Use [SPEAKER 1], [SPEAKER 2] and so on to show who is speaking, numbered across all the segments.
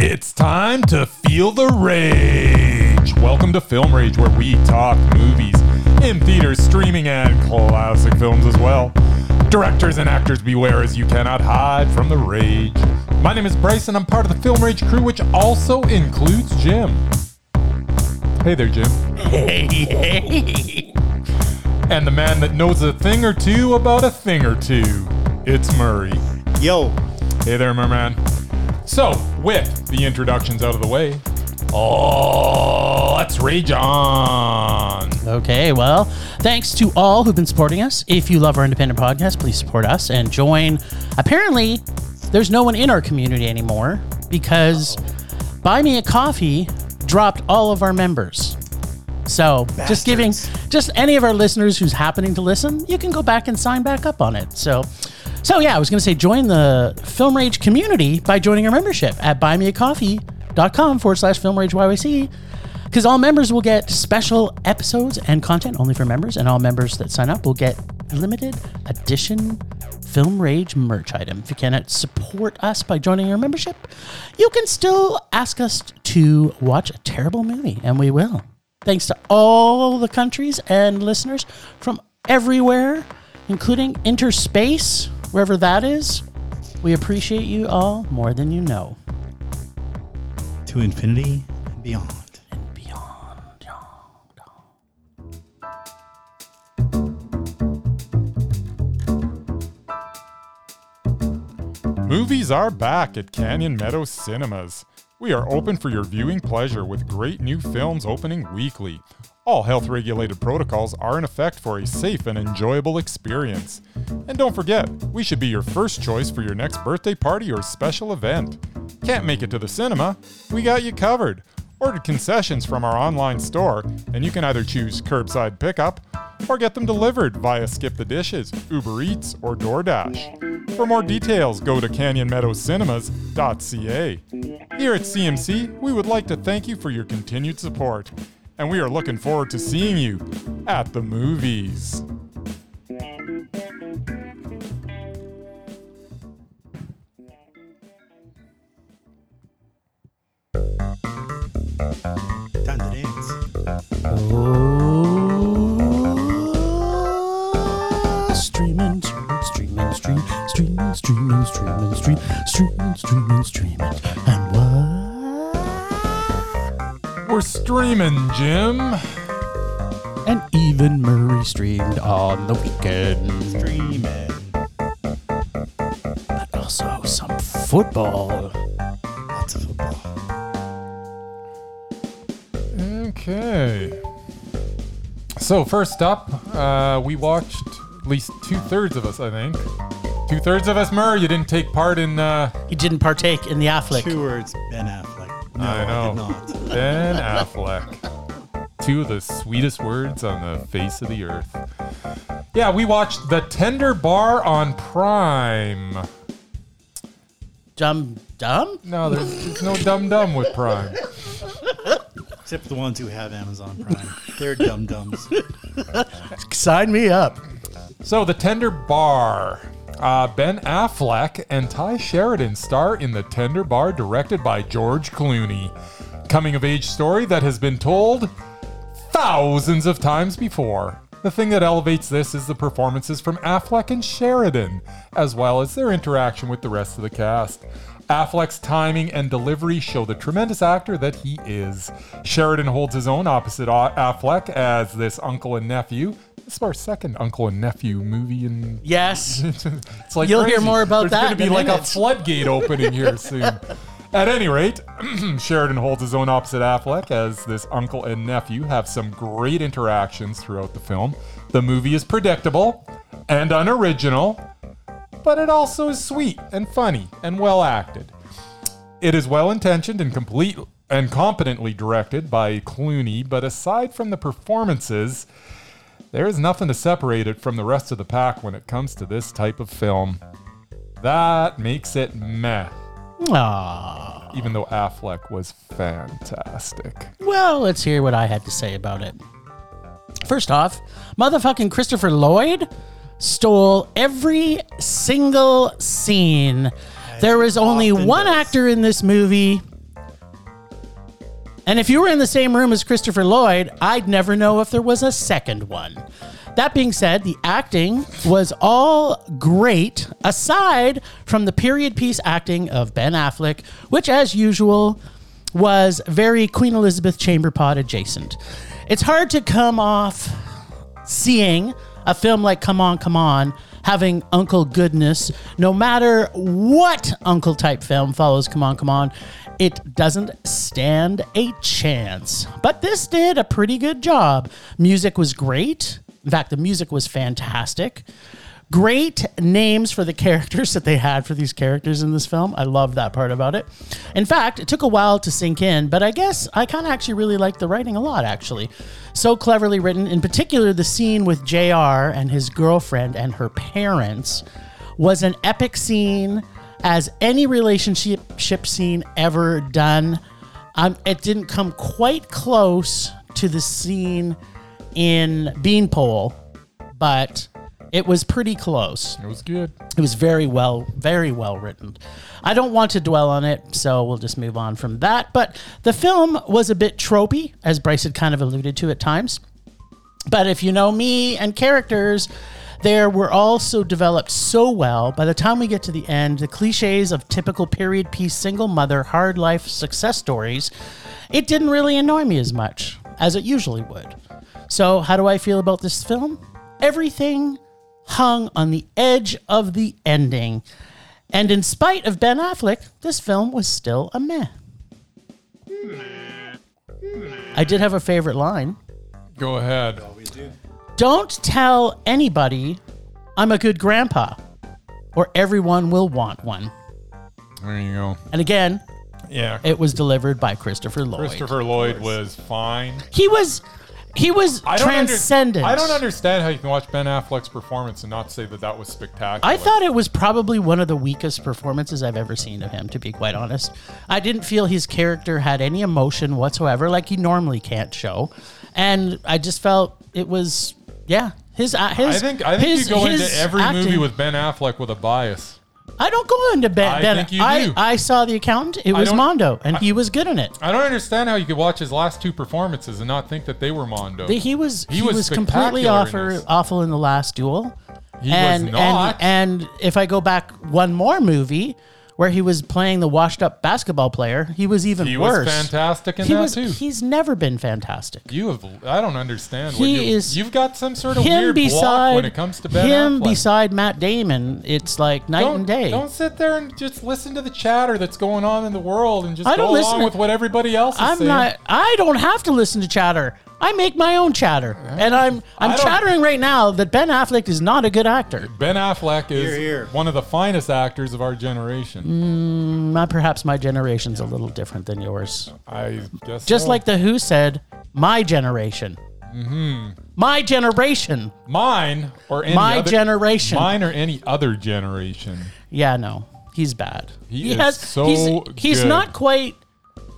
[SPEAKER 1] It's time to feel the rage. Welcome to Film Rage, where we talk movies in theaters, streaming, and classic films as well. Directors and actors, beware as you cannot hide from the rage. My name is Bryce, and I'm part of the Film Rage crew, which also includes Jim. Hey there, Jim. And the man that knows a thing or two about a thing or two. It's Murray.
[SPEAKER 2] Yo,
[SPEAKER 1] Hey there, merman. So, with the introductions out of the way, oh, let's rage on.
[SPEAKER 3] Okay, well, thanks to all who've been supporting us. If you love our independent podcast, please support us and join. Apparently, there's no one in our community anymore because Buy Me a Coffee dropped all of our members. So, just giving just any of our listeners who's happening to listen, you can go back and sign back up on it. So, so yeah, I was going to say join the Film Rage community by joining our membership at buymeacoffee.com forward slash Film Rage YYC because all members will get special episodes and content only for members, and all members that sign up will get limited edition Film Rage merch item. If you cannot support us by joining our membership, you can still ask us to watch a terrible movie, and we will. Thanks to all the countries and listeners from everywhere, including interspace, wherever that is. We appreciate you all more than you know.
[SPEAKER 2] to infinity and beyond.
[SPEAKER 3] Beyond, beyond.
[SPEAKER 1] Movies are back at Canyon Meadow Cinemas. We are open for your viewing pleasure with great new films opening weekly. All health regulated protocols are in effect for a safe and enjoyable experience. And don't forget, we should be your first choice for your next birthday party or special event. Can't make it to the cinema? We got you covered. Order concessions from our online store, and you can either choose curbside pickup or get them delivered via Skip the Dishes, Uber Eats, or DoorDash. For more details, go to canyonmeadowcinemas.ca. Here at CMC, we would like to thank you for your continued support, and we are looking forward to seeing you at the movies.
[SPEAKER 2] Time to dance.
[SPEAKER 3] Streaming, streaming, streaming, streaming, streaming, streaming, streaming, streaming, streaming, streaming, and
[SPEAKER 1] We're streaming, Jim.
[SPEAKER 3] what? And even Murray streamed on the weekend,
[SPEAKER 2] Dreaming.
[SPEAKER 3] but also some football.
[SPEAKER 2] Lots of football.
[SPEAKER 1] Okay. So first up, uh, we watched at least two thirds of us, I think. Two thirds of us, Murr. You didn't take part in uh,
[SPEAKER 3] He didn't partake in the Affleck.
[SPEAKER 2] Two words, Ben Affleck. No,
[SPEAKER 1] I
[SPEAKER 2] I,
[SPEAKER 1] know.
[SPEAKER 2] did not.
[SPEAKER 1] Ben Affleck. Two of the sweetest words on the face of the earth. Yeah, we watched The Tender Bar on Prime.
[SPEAKER 3] Dumb, dumb.
[SPEAKER 1] No, there's, there's no dum dum with Prime.
[SPEAKER 2] Except the ones who have Amazon Prime. They're dum dums.
[SPEAKER 3] Sign me up.
[SPEAKER 1] So, The Tender Bar. Uh, ben Affleck and Ty Sheridan star in The Tender Bar, directed by George Clooney. Coming of age story that has been told thousands of times before. The thing that elevates this is the performances from Affleck and Sheridan, as well as their interaction with the rest of the cast. Affleck's timing and delivery show the tremendous actor that he is. Sheridan holds his own opposite A- Affleck as this uncle and nephew. This is our second uncle and nephew movie in
[SPEAKER 3] Yes.
[SPEAKER 1] it's like
[SPEAKER 3] You'll hear
[SPEAKER 1] crazy.
[SPEAKER 3] more
[SPEAKER 1] There's
[SPEAKER 3] about that
[SPEAKER 1] going to be
[SPEAKER 3] in a
[SPEAKER 1] like a
[SPEAKER 3] minute.
[SPEAKER 1] floodgate opening here soon. At any rate, Sheridan holds his own opposite Affleck as this uncle and nephew have some great interactions throughout the film. The movie is predictable and unoriginal, but it also is sweet and funny and well acted. It is well intentioned and complete and competently directed by Clooney, but aside from the performances, there is nothing to separate it from the rest of the pack when it comes to this type of film. That makes it meh,
[SPEAKER 3] Aww.
[SPEAKER 1] even though Affleck was fantastic.
[SPEAKER 3] Well, let's hear what I had to say about it. First off, motherfucking Christopher Lloyd stole every single scene. There was only
[SPEAKER 2] often
[SPEAKER 3] one
[SPEAKER 2] does.
[SPEAKER 3] actor in this movie And if you were in the same room as Christopher Lloyd, I'd never know if there was a second one. That being said, the acting was all great, aside from the period piece acting of Ben Affleck, which, as usual, was very Queen Elizabeth chamber pot adjacent. It's hard to come off seeing a film like Come On, Come On, having Uncle Goodness, no matter what Uncle type film follows Come On, Come On, it doesn't stand a chance. But this did a pretty good job. Music was great. In fact, the music was fantastic. Great names for the characters that they had for these characters in this film. I love that part about it. In fact, it took a while to sink in, but I guess I kind of actually really liked the writing a lot, actually. So cleverly written. In particular, the scene with JR and his girlfriend and her parents was an epic scene as any relationship ship scene ever done. Um, it didn't come quite close to the scene in Beanpole, but it was pretty close.
[SPEAKER 1] It was good.
[SPEAKER 3] It was very well, very well written. I don't want to dwell on it, so we'll just move on from that. But the film was a bit tropey, as Bryce had kind of alluded to at times. But if you know me and characters, there were also developed so well. By the time we get to the end, the cliches of typical period piece single mother hard life success stories, it didn't really annoy me as much as it usually would. So, how do I feel about this film? Everything hung on the edge of the ending. And in spite of Ben Affleck, this film was still a meh. I did have a favorite line.
[SPEAKER 1] Go ahead.
[SPEAKER 3] Don't tell anybody I'm a good grandpa, or everyone will want one.
[SPEAKER 1] There you go.
[SPEAKER 3] And again,
[SPEAKER 1] Yeah.
[SPEAKER 3] it was delivered by Christopher Lloyd.
[SPEAKER 1] Christopher Lloyd was fine.
[SPEAKER 3] He was he was
[SPEAKER 1] I don't under-
[SPEAKER 3] transcendent.
[SPEAKER 1] I don't understand how you can watch Ben Affleck's performance and not say that that was spectacular.
[SPEAKER 3] I thought it was probably one of the weakest performances I've ever seen of him, to be quite honest. I didn't feel his character had any emotion whatsoever, like he normally can't show, and I just felt it was, yeah, his uh, his.
[SPEAKER 1] I think I think
[SPEAKER 3] his-
[SPEAKER 1] you go into
[SPEAKER 3] his
[SPEAKER 1] every movie
[SPEAKER 3] acting-
[SPEAKER 1] with Ben Affleck with a bias.
[SPEAKER 3] I don't go into Ben.
[SPEAKER 1] I
[SPEAKER 3] Ben-
[SPEAKER 1] think you
[SPEAKER 3] I,
[SPEAKER 1] do.
[SPEAKER 3] I saw the accountant. It was
[SPEAKER 1] don't-
[SPEAKER 3] Mondo, and he was good in it.
[SPEAKER 1] I don't understand how you could watch his last two performances and not think that they were Mondo.
[SPEAKER 3] He was he,
[SPEAKER 1] He was
[SPEAKER 3] was, completely
[SPEAKER 1] spectacular in
[SPEAKER 3] awful,
[SPEAKER 1] this.
[SPEAKER 3] awful in the last duel.
[SPEAKER 1] He was not.
[SPEAKER 3] And, and if I go back one more movie where he was playing the washed up basketball player, he was even
[SPEAKER 1] he
[SPEAKER 3] worse.
[SPEAKER 1] was fantastic in
[SPEAKER 3] He
[SPEAKER 1] that
[SPEAKER 3] was,
[SPEAKER 1] too.
[SPEAKER 3] he's never been fantastic.
[SPEAKER 1] you have I don't understand. what
[SPEAKER 3] He
[SPEAKER 1] you,
[SPEAKER 3] is-
[SPEAKER 1] You've got some sort of
[SPEAKER 3] Him
[SPEAKER 1] weird block
[SPEAKER 3] beside
[SPEAKER 1] when it comes to Ben
[SPEAKER 3] him
[SPEAKER 1] Affleck.
[SPEAKER 3] beside Matt Damon, it's like night
[SPEAKER 1] don't,
[SPEAKER 3] and day.
[SPEAKER 1] don't sit there and just listen to the chatter that's going on in the world and just
[SPEAKER 3] I
[SPEAKER 1] go
[SPEAKER 3] don't listen
[SPEAKER 1] along
[SPEAKER 3] to-
[SPEAKER 1] with what everybody else is
[SPEAKER 3] I'm
[SPEAKER 1] saying.
[SPEAKER 3] not. I don't have to listen to chatter. I make my own chatter, and I'm I'm
[SPEAKER 1] I don't-
[SPEAKER 3] chattering right now that Ben Affleck is not a good actor.
[SPEAKER 1] Ben Affleck is
[SPEAKER 2] Here, here.
[SPEAKER 1] one of the finest actors of our
[SPEAKER 3] Mm.
[SPEAKER 1] generation.
[SPEAKER 3] My, perhaps my generation's a little different than yours.
[SPEAKER 1] I guess
[SPEAKER 3] Just
[SPEAKER 1] so.
[SPEAKER 3] like the Who said, my generation.
[SPEAKER 1] Mm-hmm.
[SPEAKER 3] My generation.
[SPEAKER 1] mine or any
[SPEAKER 3] My
[SPEAKER 1] other,
[SPEAKER 3] generation.
[SPEAKER 1] mine or any other generation.
[SPEAKER 3] Yeah, no, he's bad.
[SPEAKER 1] He is so
[SPEAKER 3] he's, he's
[SPEAKER 1] good.
[SPEAKER 3] not quite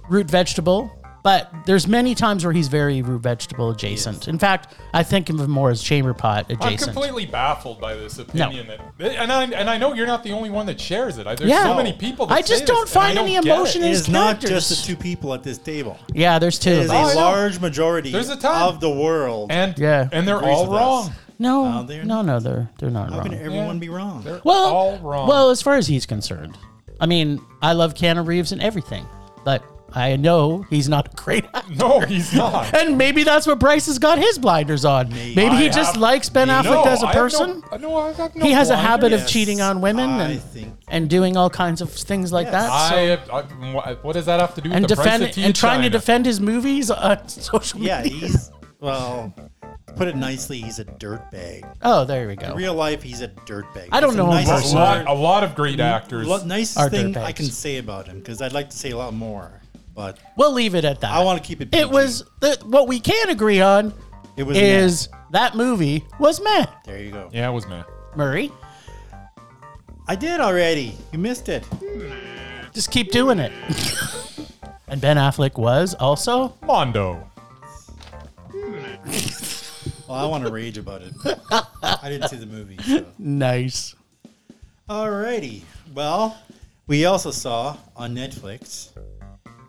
[SPEAKER 3] root vegetable, but there's many times where he's very root vegetable adjacent. In fact, I think of him more as chamber pot
[SPEAKER 1] I'm
[SPEAKER 3] adjacent.
[SPEAKER 1] completely baffled by this opinion that, and I and I know you're not the only one that shares it. I- There's
[SPEAKER 3] Yeah.
[SPEAKER 1] so many people. That
[SPEAKER 3] I just
[SPEAKER 1] say this,
[SPEAKER 3] don't
[SPEAKER 1] and I
[SPEAKER 3] find any
[SPEAKER 1] don't get
[SPEAKER 3] emotion
[SPEAKER 1] it.
[SPEAKER 2] It
[SPEAKER 3] His
[SPEAKER 2] is not
[SPEAKER 3] characters.
[SPEAKER 2] just the two people at this table.
[SPEAKER 3] yeah, there's two.
[SPEAKER 2] It
[SPEAKER 3] Of
[SPEAKER 2] is
[SPEAKER 3] them.
[SPEAKER 1] I
[SPEAKER 2] a
[SPEAKER 1] know.
[SPEAKER 2] large majority
[SPEAKER 1] There's a ton.
[SPEAKER 2] of the world.
[SPEAKER 1] And
[SPEAKER 3] Yeah.
[SPEAKER 1] and they're
[SPEAKER 2] Agrees
[SPEAKER 1] all
[SPEAKER 2] with us.
[SPEAKER 1] wrong.
[SPEAKER 3] No,
[SPEAKER 2] No, they're
[SPEAKER 3] no, no, they're they're not
[SPEAKER 2] How
[SPEAKER 3] wrong.
[SPEAKER 2] can everyone
[SPEAKER 1] Yeah.
[SPEAKER 2] be wrong?
[SPEAKER 1] They're
[SPEAKER 3] well,
[SPEAKER 1] all wrong.
[SPEAKER 3] well, as far as he's concerned, I mean, I love Keanu Reeves and everything, but I know he's not a great actor.
[SPEAKER 1] no, he's not.
[SPEAKER 3] And maybe that's what Bryce has got his blinders on. Maybe, he
[SPEAKER 1] I
[SPEAKER 3] just
[SPEAKER 1] have-
[SPEAKER 3] likes Ben
[SPEAKER 1] No,
[SPEAKER 3] Affleck as
[SPEAKER 1] I
[SPEAKER 3] a
[SPEAKER 1] have no-
[SPEAKER 3] person.
[SPEAKER 1] I- No, I have no
[SPEAKER 3] he has a
[SPEAKER 1] blinders.
[SPEAKER 3] habit of
[SPEAKER 2] Yes,
[SPEAKER 3] cheating on women
[SPEAKER 2] I
[SPEAKER 3] and,
[SPEAKER 2] think-
[SPEAKER 3] and doing all kinds of things like
[SPEAKER 2] Yes.
[SPEAKER 3] that.
[SPEAKER 1] I,
[SPEAKER 3] So,
[SPEAKER 1] have- I- what does that have to do with
[SPEAKER 3] and
[SPEAKER 1] the
[SPEAKER 3] defend
[SPEAKER 1] price of tea in
[SPEAKER 3] and trying to
[SPEAKER 1] China?
[SPEAKER 3] defend his movies on social media.
[SPEAKER 2] Yeah, he's well. to Put it nicely, he's a dirtbag.
[SPEAKER 3] Oh, there we go.
[SPEAKER 2] Real life, he's a dirtbag.
[SPEAKER 3] I don't
[SPEAKER 2] It's
[SPEAKER 3] know
[SPEAKER 2] the
[SPEAKER 3] him
[SPEAKER 1] A
[SPEAKER 2] nicest
[SPEAKER 3] personally.
[SPEAKER 1] lot,
[SPEAKER 2] word-
[SPEAKER 1] a lot of great actors.
[SPEAKER 2] lo- nicest
[SPEAKER 3] Are
[SPEAKER 2] thing I
[SPEAKER 3] dirtbags.
[SPEAKER 2] can say about him because I'd like to say a lot more, but
[SPEAKER 3] We'll leave it at that.
[SPEAKER 2] I want to keep it. PG.
[SPEAKER 3] It was the, what we can agree on
[SPEAKER 2] It was.
[SPEAKER 3] is that movie was meh.
[SPEAKER 2] meh. there you go.
[SPEAKER 1] yeah, it was man.
[SPEAKER 3] Murray,
[SPEAKER 2] I did already. You missed it.
[SPEAKER 3] just keep doing it. and Ben Affleck was also
[SPEAKER 1] Mondo.
[SPEAKER 2] Well, I want to rage about it. but I didn't see the movie. So.
[SPEAKER 3] nice.
[SPEAKER 2] Alrighty. Well, we also saw on Netflix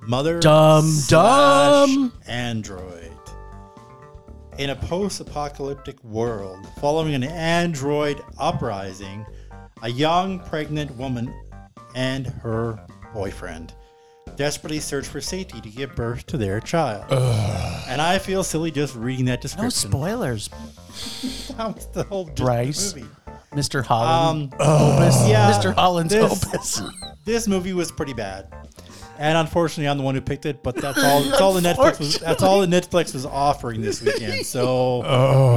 [SPEAKER 2] Mother
[SPEAKER 3] Dumb,
[SPEAKER 2] slash
[SPEAKER 3] dumb.
[SPEAKER 2] Android. In a post apocalyptic world, following an android uprising, a young pregnant woman and her boyfriend desperately search for safety to give birth to their child. And I feel silly just reading that
[SPEAKER 3] No
[SPEAKER 2] description.
[SPEAKER 3] spoilers,
[SPEAKER 2] That was the whole gist of the
[SPEAKER 3] Bryce.
[SPEAKER 2] movie.
[SPEAKER 3] Mr. Holland.
[SPEAKER 2] Um,
[SPEAKER 3] Opus.
[SPEAKER 2] yeah,
[SPEAKER 3] Mr. Holland's
[SPEAKER 2] this-
[SPEAKER 3] Opus.
[SPEAKER 2] this movie was pretty bad. And unfortunately, I'm the one who picked it. But that's all. That's all the Netflix was. That's all the Netflix was offering this weekend. So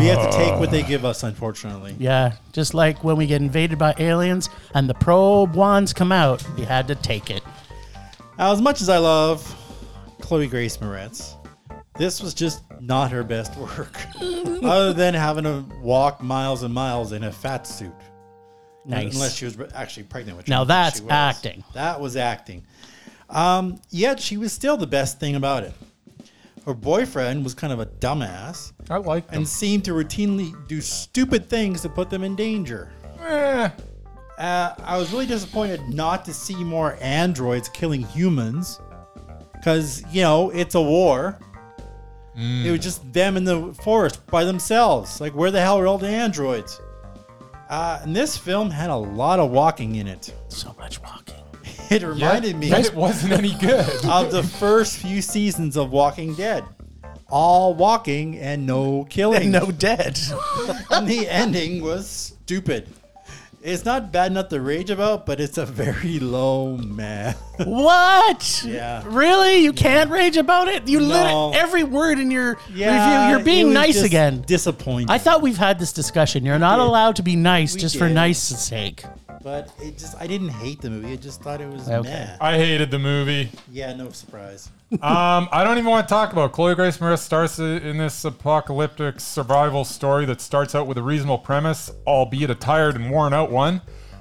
[SPEAKER 2] we have to take what they give us. Unfortunately,
[SPEAKER 3] Yeah, just like when we get invaded by aliens and the probe wands come out, we had to take it.
[SPEAKER 2] as much as I love Chloe Grace Moretz, this was just not her best work. Other than having to walk miles and miles in a fat suit,
[SPEAKER 3] Nice.
[SPEAKER 2] unless she was actually pregnant. Which
[SPEAKER 3] Now
[SPEAKER 2] I don't think
[SPEAKER 3] that's
[SPEAKER 2] she was.
[SPEAKER 3] acting.
[SPEAKER 2] That was acting. Um, yet she was still the best thing about it. Her boyfriend was kind of a dumbass.
[SPEAKER 1] I like them.
[SPEAKER 3] Oh.
[SPEAKER 2] and seem to routinely do stupid things to put them in danger.
[SPEAKER 1] Eh,
[SPEAKER 2] Uh, I was really disappointed not to see more androids killing humans because, you know, it's a war. It was just them in the forest by themselves. Like, where the hell are all the androids? Uh, and this film had a lot of walking in it.
[SPEAKER 3] So much walking.
[SPEAKER 2] It reminded me
[SPEAKER 1] That it wasn't any good.
[SPEAKER 2] of the first few seasons of Walking Dead. All walking and no killing.
[SPEAKER 3] dead.
[SPEAKER 2] and the ending was stupid. It's not bad enough to rage about, but it's a very low man.
[SPEAKER 3] what?
[SPEAKER 2] Yeah.
[SPEAKER 3] Really? You can't rage about it? You
[SPEAKER 2] No.
[SPEAKER 3] lit every word in your review. You're being nice again.
[SPEAKER 2] Disappointing.
[SPEAKER 3] I thought we've had this discussion. You're not
[SPEAKER 2] did.
[SPEAKER 3] allowed to be nice
[SPEAKER 2] We
[SPEAKER 3] just for
[SPEAKER 2] did.
[SPEAKER 3] nice's sake.
[SPEAKER 2] but it just I didn't hate the movie. I just thought it was
[SPEAKER 3] Okay.
[SPEAKER 2] meh.
[SPEAKER 1] I hated the movie.
[SPEAKER 2] Yeah, no surprise.
[SPEAKER 1] Um, I don't even want to talk about it. Chloe Grace Moretz stars in this apocalyptic survival story that starts out with a reasonable premise, albeit a tired and worn out one.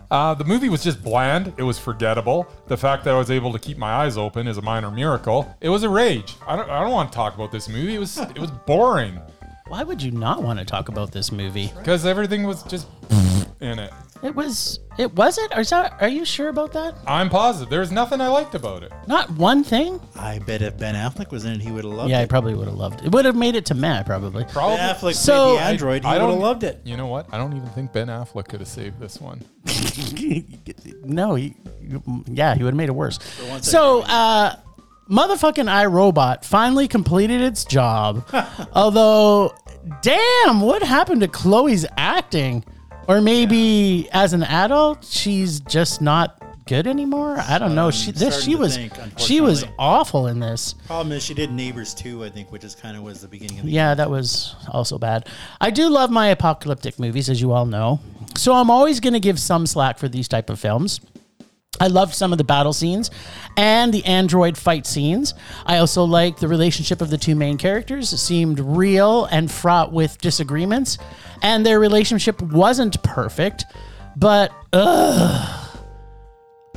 [SPEAKER 1] Uh, the movie was just bland. It was forgettable. The fact that I was able to keep my eyes open is a minor miracle. It was a rage. I don't. I don't want to talk about this movie. It was. It was boring
[SPEAKER 3] Why would you not want to talk about this movie?
[SPEAKER 1] because everything was just in it.
[SPEAKER 3] It was. It wasn't. Are, that, are you sure about that?
[SPEAKER 1] I'm positive. There was nothing I liked about it.
[SPEAKER 3] Not one thing.
[SPEAKER 2] I bet if Ben Affleck was in it, he would have loved
[SPEAKER 3] Yeah, I
[SPEAKER 2] it.
[SPEAKER 3] probably would have loved it. It would have made it to Matt probably.
[SPEAKER 1] Probably.
[SPEAKER 2] Ben Affleck so,
[SPEAKER 3] So-
[SPEAKER 2] the android, he would
[SPEAKER 1] I
[SPEAKER 2] have
[SPEAKER 1] don't-
[SPEAKER 2] loved it.
[SPEAKER 1] You know what? I don't even think Ben Affleck could have saved this one.
[SPEAKER 3] no, he, you- yeah, he would have made it worse.
[SPEAKER 2] one second.
[SPEAKER 3] So, uh, motherfucking iRobot finally completed its job. Although, damn, what happened to Chloe's acting? Or maybe as an adult, she's just not good anymore. I don't know.
[SPEAKER 2] I'm
[SPEAKER 3] She this
[SPEAKER 2] starting
[SPEAKER 3] she
[SPEAKER 2] to
[SPEAKER 3] was
[SPEAKER 2] think,
[SPEAKER 3] she was
[SPEAKER 2] unfortunately.
[SPEAKER 3] awful in this.
[SPEAKER 2] Problem is, she did Neighbors too, I think, which is kind of was the beginning of the
[SPEAKER 3] Yeah, that was also bad. I do love my apocalyptic movies, as you all know. So I'm always going to give some slack for these type of films. I loved some of the battle scenes and the android fight scenes. I also liked the relationship of the two main characters. It seemed real and fraught with disagreements, and their relationship wasn't perfect, but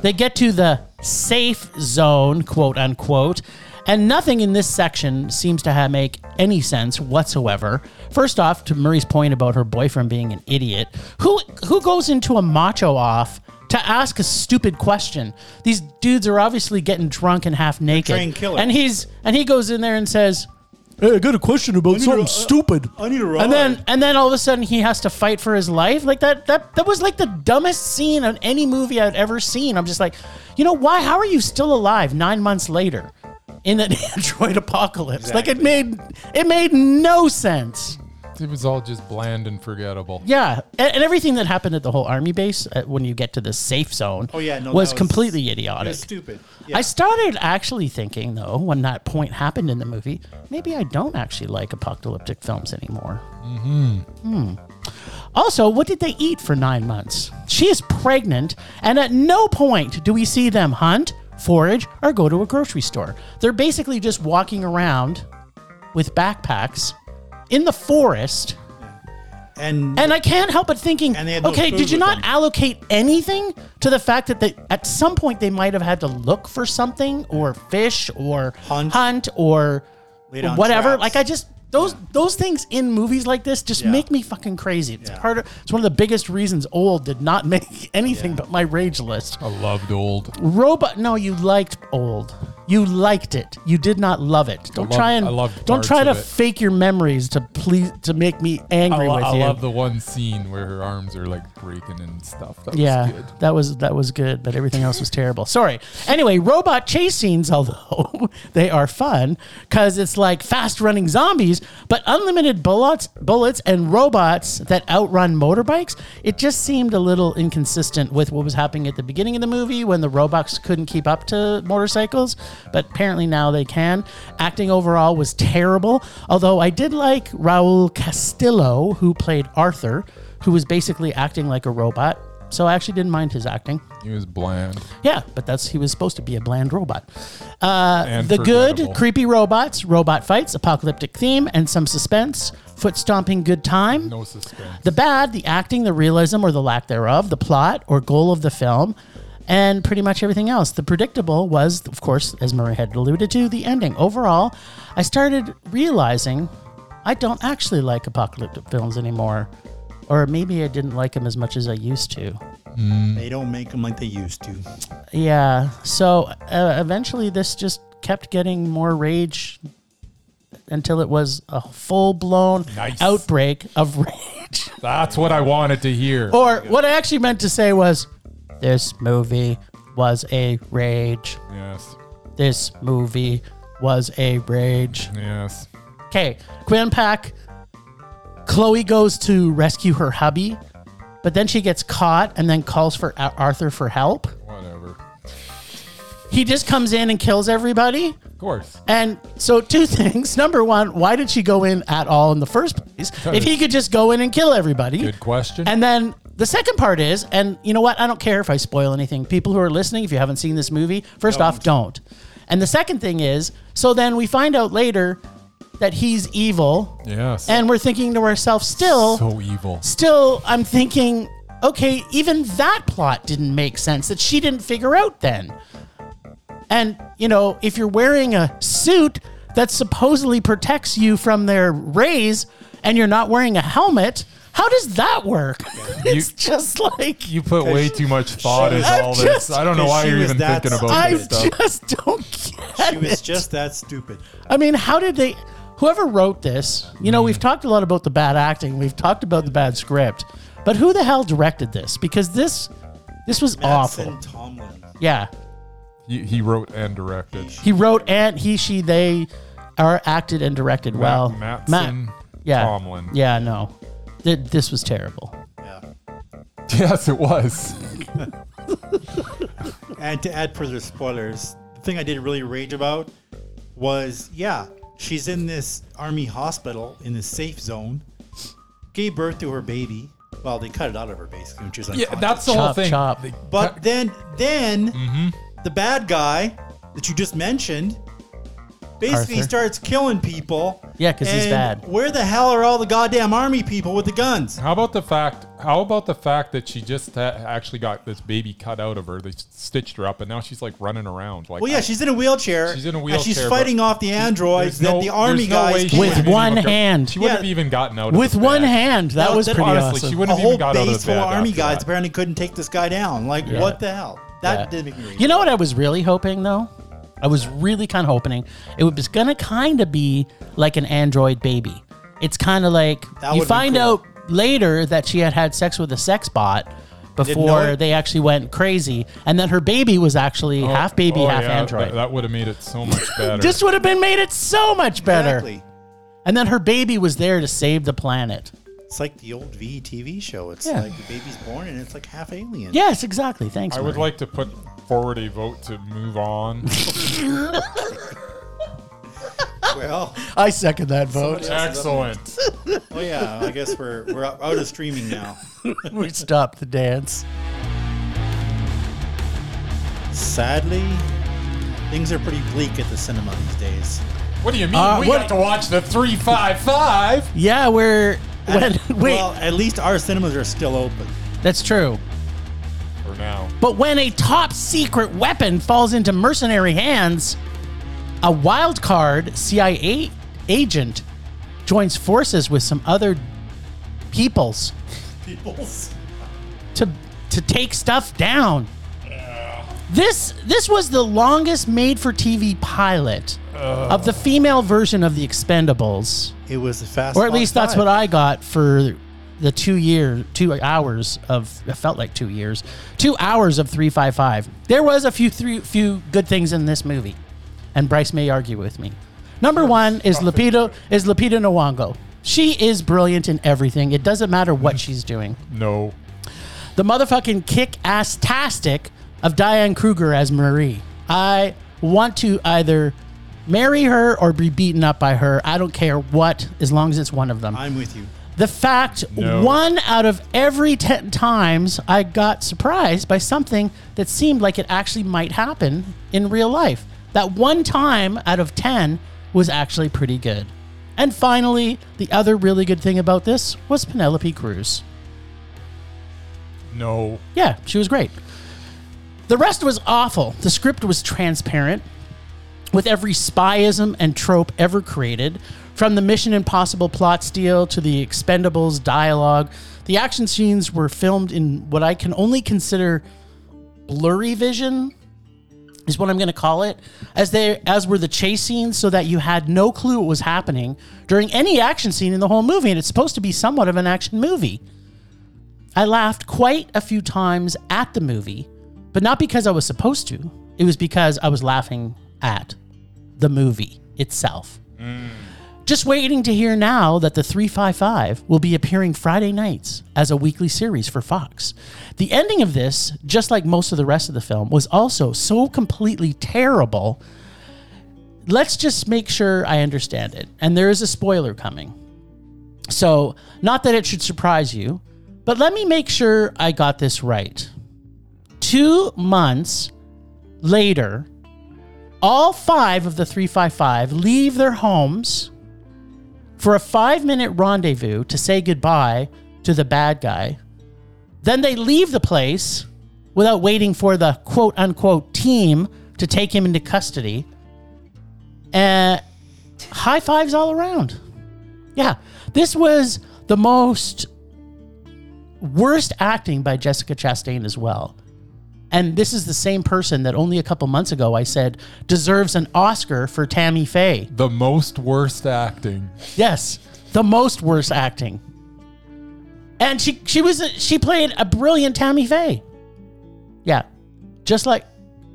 [SPEAKER 3] they get to the safe zone, quote unquote, and nothing in this section seems to ha make any sense whatsoever. First off, to Murray's point about her boyfriend being an idiot, who who goes into a macho off to ask a stupid question? These dudes are obviously getting drunk and half naked,
[SPEAKER 2] trained killers.
[SPEAKER 3] and he's and he goes in there and says. Hey, I got a question about something
[SPEAKER 2] a-
[SPEAKER 3] stupid.
[SPEAKER 2] I need a
[SPEAKER 3] And then
[SPEAKER 2] ride.
[SPEAKER 3] and then all of a sudden he has to fight for his life. Like that that that was like the dumbest scene on any movie I'd ever seen. I'm just like, you know, why how are you still alive nine months later in an android apocalypse? Like it
[SPEAKER 2] Exactly.
[SPEAKER 3] made it made no sense.
[SPEAKER 1] It was all just bland and forgettable.
[SPEAKER 3] Yeah. And, and everything that happened at the whole army base uh, when you get to the safe zone
[SPEAKER 2] Oh, yeah, no,
[SPEAKER 3] was,
[SPEAKER 2] that was-
[SPEAKER 3] completely
[SPEAKER 2] It
[SPEAKER 3] idiotic.
[SPEAKER 2] was stupid. Yeah.
[SPEAKER 3] I started actually thinking though, when that point happened in the movie, maybe I don't actually like apocalyptic films anymore. Mm-hmm. Also, what did they eat for nine months? She is pregnant, and at no point do we see them hunt, forage, or go to a grocery store. They're basically just walking around with backpacks in the forest.
[SPEAKER 2] and
[SPEAKER 3] And I can't help but thinking,
[SPEAKER 2] And they had no
[SPEAKER 3] okay,
[SPEAKER 2] food
[SPEAKER 3] did you
[SPEAKER 2] with
[SPEAKER 3] not
[SPEAKER 2] them.
[SPEAKER 3] allocate anything to the fact that they, at some point they might have had to look for something or fish or
[SPEAKER 2] Hunt.
[SPEAKER 3] or
[SPEAKER 2] Lay down
[SPEAKER 3] whatever?
[SPEAKER 2] traps.
[SPEAKER 3] Like I just those those things in movies like this just
[SPEAKER 2] Yeah.
[SPEAKER 3] make me fucking crazy. It's
[SPEAKER 2] Yeah.
[SPEAKER 3] part of it's one of the biggest reasons old did not make anything but my rage list.
[SPEAKER 1] I loved old.
[SPEAKER 3] Robot No, you liked old. You liked it. You did not love it. Don't
[SPEAKER 1] love-
[SPEAKER 3] try and
[SPEAKER 1] I loved
[SPEAKER 3] don't
[SPEAKER 1] parts
[SPEAKER 3] try
[SPEAKER 1] of
[SPEAKER 3] to
[SPEAKER 1] it.
[SPEAKER 3] fake your memories to please to make me angry
[SPEAKER 1] I, lo-
[SPEAKER 3] with
[SPEAKER 1] I
[SPEAKER 3] you.
[SPEAKER 1] love the one scene where her arms are like breaking and stuff. That
[SPEAKER 3] yeah,
[SPEAKER 1] was good.
[SPEAKER 3] that was that was good, but everything else was terrible. Sorry. Anyway, robot chase scenes, although they are fun, because it's like fast running zombies, but unlimited bullets, bullets and robots that outrun motorbikes. It just seemed a little inconsistent with what was happening at the beginning of the movie when the robots couldn't keep up to motorcycles, but apparently now they can. Acting overall was terrible, although I did like Raul Castillo, who played Arthur. Who was basically acting like a robot, so I actually didn't mind his acting.
[SPEAKER 1] He was bland.
[SPEAKER 3] Yeah, but that's he was supposed to be a bland robot. Uh,
[SPEAKER 1] And
[SPEAKER 3] the good,
[SPEAKER 1] forgettable.
[SPEAKER 3] creepy robots, robot fights, apocalyptic theme, and some suspense. Foot stomping, good time.
[SPEAKER 1] No suspense.
[SPEAKER 3] The bad, the acting, the realism or the lack thereof, the plot or goal of the film, and pretty much everything else. The predictable was, of course, as Murray had alluded to, the ending. Overall, I started realizing I don't actually like apocalyptic films anymore. Or maybe I didn't like them as much as I used to.
[SPEAKER 2] They don't make them like they used to.
[SPEAKER 3] Yeah. So uh, eventually, this just kept getting more rage until it was a full blown
[SPEAKER 1] Nice.
[SPEAKER 3] outbreak of rage.
[SPEAKER 1] That's what I wanted to hear.
[SPEAKER 3] or what I actually meant to say was, this movie was a rage.
[SPEAKER 1] Yes.
[SPEAKER 3] This movie was a rage.
[SPEAKER 1] Yes.
[SPEAKER 3] Okay, Grand Pack. Chloe goes to rescue her hubby, but then she gets caught and then calls for Ar- Arthur for help.
[SPEAKER 1] Whatever.
[SPEAKER 3] He just comes in and kills everybody.
[SPEAKER 1] Of course.
[SPEAKER 3] And so, two things. Number one, why did she go in at all in the first place? If he could just go in and kill everybody.
[SPEAKER 1] Good question.
[SPEAKER 3] And then the second part is, and you know what? I don't care if I spoil anything. People who are listening, if you haven't seen this movie, 1st off, don't. And the second thing is, so then we find out later that he's evil,
[SPEAKER 1] yes.
[SPEAKER 3] and we're thinking to ourselves, still,
[SPEAKER 1] so evil.
[SPEAKER 3] still, I'm thinking, okay, even that plot didn't make sense that she didn't figure out then. And, you know, if you're wearing a suit that supposedly protects you from their rays and you're not wearing a helmet, how does that work? it's just like,
[SPEAKER 1] You put way too much thought into
[SPEAKER 3] I'm
[SPEAKER 1] all
[SPEAKER 3] just-
[SPEAKER 1] this. I don't know
[SPEAKER 2] Because
[SPEAKER 1] why
[SPEAKER 2] she
[SPEAKER 1] you're
[SPEAKER 2] was
[SPEAKER 1] even
[SPEAKER 2] that
[SPEAKER 1] thinking about
[SPEAKER 3] I
[SPEAKER 1] this stuff.
[SPEAKER 3] just don't get
[SPEAKER 2] She was
[SPEAKER 3] it.
[SPEAKER 2] just that stupid.
[SPEAKER 3] I mean, how did they? Whoever wrote this, you know, we've talked a lot about the bad acting, we've talked about the bad script, but who the hell directed this? Because this, this was awful.
[SPEAKER 2] Madsen Tomlin.
[SPEAKER 3] Yeah,
[SPEAKER 1] He, he wrote and directed.
[SPEAKER 3] he wrote and he, she, they, are acted and directed well.
[SPEAKER 1] Matt-
[SPEAKER 3] Ma-
[SPEAKER 1] Mattson,
[SPEAKER 3] yeah,
[SPEAKER 1] Tomlin.
[SPEAKER 3] Yeah, no, Th- this was terrible.
[SPEAKER 2] Yeah.
[SPEAKER 1] Yes, it was.
[SPEAKER 2] And to add further spoilers, the thing I did really rage about was yeah, she's in this army hospital in the safe zone, gave birth to her baby. Well, they cut it out of her basically when she was unconscious.
[SPEAKER 1] Yeah, that's the whole
[SPEAKER 3] Chop,
[SPEAKER 1] thing.
[SPEAKER 3] chop.
[SPEAKER 1] They
[SPEAKER 2] but
[SPEAKER 1] cut-
[SPEAKER 2] then then
[SPEAKER 1] Mm-hmm.
[SPEAKER 2] the bad guy that you just mentioned basically
[SPEAKER 3] Arthur.
[SPEAKER 2] starts killing people.
[SPEAKER 3] Yeah, 'cause he's
[SPEAKER 2] and
[SPEAKER 3] bad.
[SPEAKER 2] Where the hell are all the goddamn army people with the guns?
[SPEAKER 1] how about the fact? How about the fact that she just ha- actually got this baby cut out of her? They stitched her up, and now she's like running around. Like,
[SPEAKER 2] Well, yeah, she's in a wheelchair.
[SPEAKER 1] She's in a
[SPEAKER 2] And she's
[SPEAKER 1] wheelchair,
[SPEAKER 2] fighting
[SPEAKER 1] but
[SPEAKER 2] off the androids
[SPEAKER 1] there's
[SPEAKER 2] that
[SPEAKER 1] no-
[SPEAKER 2] the army
[SPEAKER 1] there's no way
[SPEAKER 2] guys
[SPEAKER 1] she
[SPEAKER 3] With
[SPEAKER 1] wouldn't have
[SPEAKER 3] one
[SPEAKER 1] even got-
[SPEAKER 3] hand.
[SPEAKER 1] She wouldn't
[SPEAKER 2] Yeah.
[SPEAKER 1] have even gotten out.
[SPEAKER 3] With
[SPEAKER 1] of the
[SPEAKER 3] one
[SPEAKER 1] bed.
[SPEAKER 3] hand, that
[SPEAKER 2] No,
[SPEAKER 3] was
[SPEAKER 2] that-
[SPEAKER 3] pretty
[SPEAKER 1] honestly,
[SPEAKER 3] awesome.
[SPEAKER 1] she wouldn't
[SPEAKER 2] a
[SPEAKER 1] have even
[SPEAKER 2] whole
[SPEAKER 1] got out of the
[SPEAKER 2] base full of
[SPEAKER 1] bed
[SPEAKER 2] army
[SPEAKER 1] after
[SPEAKER 2] guys
[SPEAKER 1] that.
[SPEAKER 2] apparently couldn't take this guy down. Like, what the hell? That
[SPEAKER 3] Yeah.
[SPEAKER 2] didn't make me.
[SPEAKER 3] You know what I was really hoping though? I was really kind of hoping it was going to kind of be like an android baby. It's kind of like
[SPEAKER 2] That
[SPEAKER 3] you
[SPEAKER 2] would've been
[SPEAKER 3] find
[SPEAKER 2] cool.
[SPEAKER 3] out later that she had had sex with a sex bot
[SPEAKER 2] know
[SPEAKER 3] before
[SPEAKER 2] it?
[SPEAKER 3] they actually went crazy, and then her baby was actually
[SPEAKER 1] Oh,
[SPEAKER 3] half baby,
[SPEAKER 1] oh,
[SPEAKER 3] half
[SPEAKER 1] yeah,
[SPEAKER 3] android.
[SPEAKER 1] That, that would have made it so much better.
[SPEAKER 3] This would have been made it so much better.
[SPEAKER 2] exactly.
[SPEAKER 3] And then her baby was there to save the planet.
[SPEAKER 2] It's like the old V TV show. It's
[SPEAKER 3] Yeah.
[SPEAKER 2] like the baby's born and it's like half alien.
[SPEAKER 3] Yes, exactly. Thanks.
[SPEAKER 1] I would
[SPEAKER 3] Murray.
[SPEAKER 1] like to put forward a vote to move on.
[SPEAKER 2] Well,
[SPEAKER 3] I second that vote.
[SPEAKER 1] Excellent.
[SPEAKER 2] oh yeah. I guess we're we're out out of streaming now.
[SPEAKER 3] we stopped the dance.
[SPEAKER 2] Sadly, things are pretty bleak at the cinema these days.
[SPEAKER 1] What do you mean?
[SPEAKER 3] Uh,
[SPEAKER 1] we
[SPEAKER 3] what-
[SPEAKER 1] got to watch the three five five.
[SPEAKER 3] Yeah, we're. When, wait,
[SPEAKER 2] Well, at least our cinemas are still open.
[SPEAKER 3] that's true.
[SPEAKER 1] For now.
[SPEAKER 3] But when a top secret weapon falls into mercenary hands, a wild card CIA agent joins forces with some other peoples
[SPEAKER 2] Peoples.
[SPEAKER 3] to to take stuff down. This this was the longest made-for-TV pilot of the female version of the Expendables,
[SPEAKER 2] It was a fast.
[SPEAKER 3] or at least that's what I got for the two year two hours of it felt like two years, two hours of three five five. There was a few three, few good things in this movie, and Bryce may argue with me. Number one is Lupita is Lupita Nyong'o. She is brilliant in everything. It doesn't matter what she's doing
[SPEAKER 1] No.
[SPEAKER 3] the motherfucking kick ass tastic of Diane Kruger as Marie. I want to either marry her or be beaten up by her. I don't care what, as long as it's one of them.
[SPEAKER 2] I'm with you.
[SPEAKER 3] The fact
[SPEAKER 1] No.
[SPEAKER 3] one out of every 10 times I got surprised by something that seemed like it actually might happen in real life. That one time out of 10 was actually pretty good. And finally, the other really good thing about this was Penelope Cruz.
[SPEAKER 1] No.
[SPEAKER 3] Yeah, she was great. The rest was awful. The script was transparent with every spyism and trope ever created, from the Mission Impossible plot steal to the Expendables dialogue. The action scenes were filmed in what I can only consider blurry vision is what I'm going to call it, as they as were the chase scenes, so that you had no clue what was happening during any action scene in the whole movie, and it's supposed to be somewhat of an action movie. I laughed quite a few times at the movie, but not because I was supposed to. It was because I was laughing at the movie itself. Just waiting to hear now that the 355 will be appearing Friday nights as a weekly series for Fox. The ending of this, just like most of the rest of the film, was also so completely terrible. Let's just make sure I understand it. And there is a spoiler coming. So, not that it should surprise you, but let me make sure I got this right. Two months later, all five of the 355 leave their homes for a five minute rendezvous to say goodbye to the bad guy. Then they leave the place without waiting for the quote unquote team to take him into custody. Uh, high fives all around. Yeah, this was the most worst acting by Jessica Chastain as well. And this is the same person that only a couple months ago I said deserves an Oscar for Tammy Faye.
[SPEAKER 1] The most worst acting.
[SPEAKER 3] Yes, the most worst acting. And she she was she played a brilliant Tammy Faye. Yeah, just like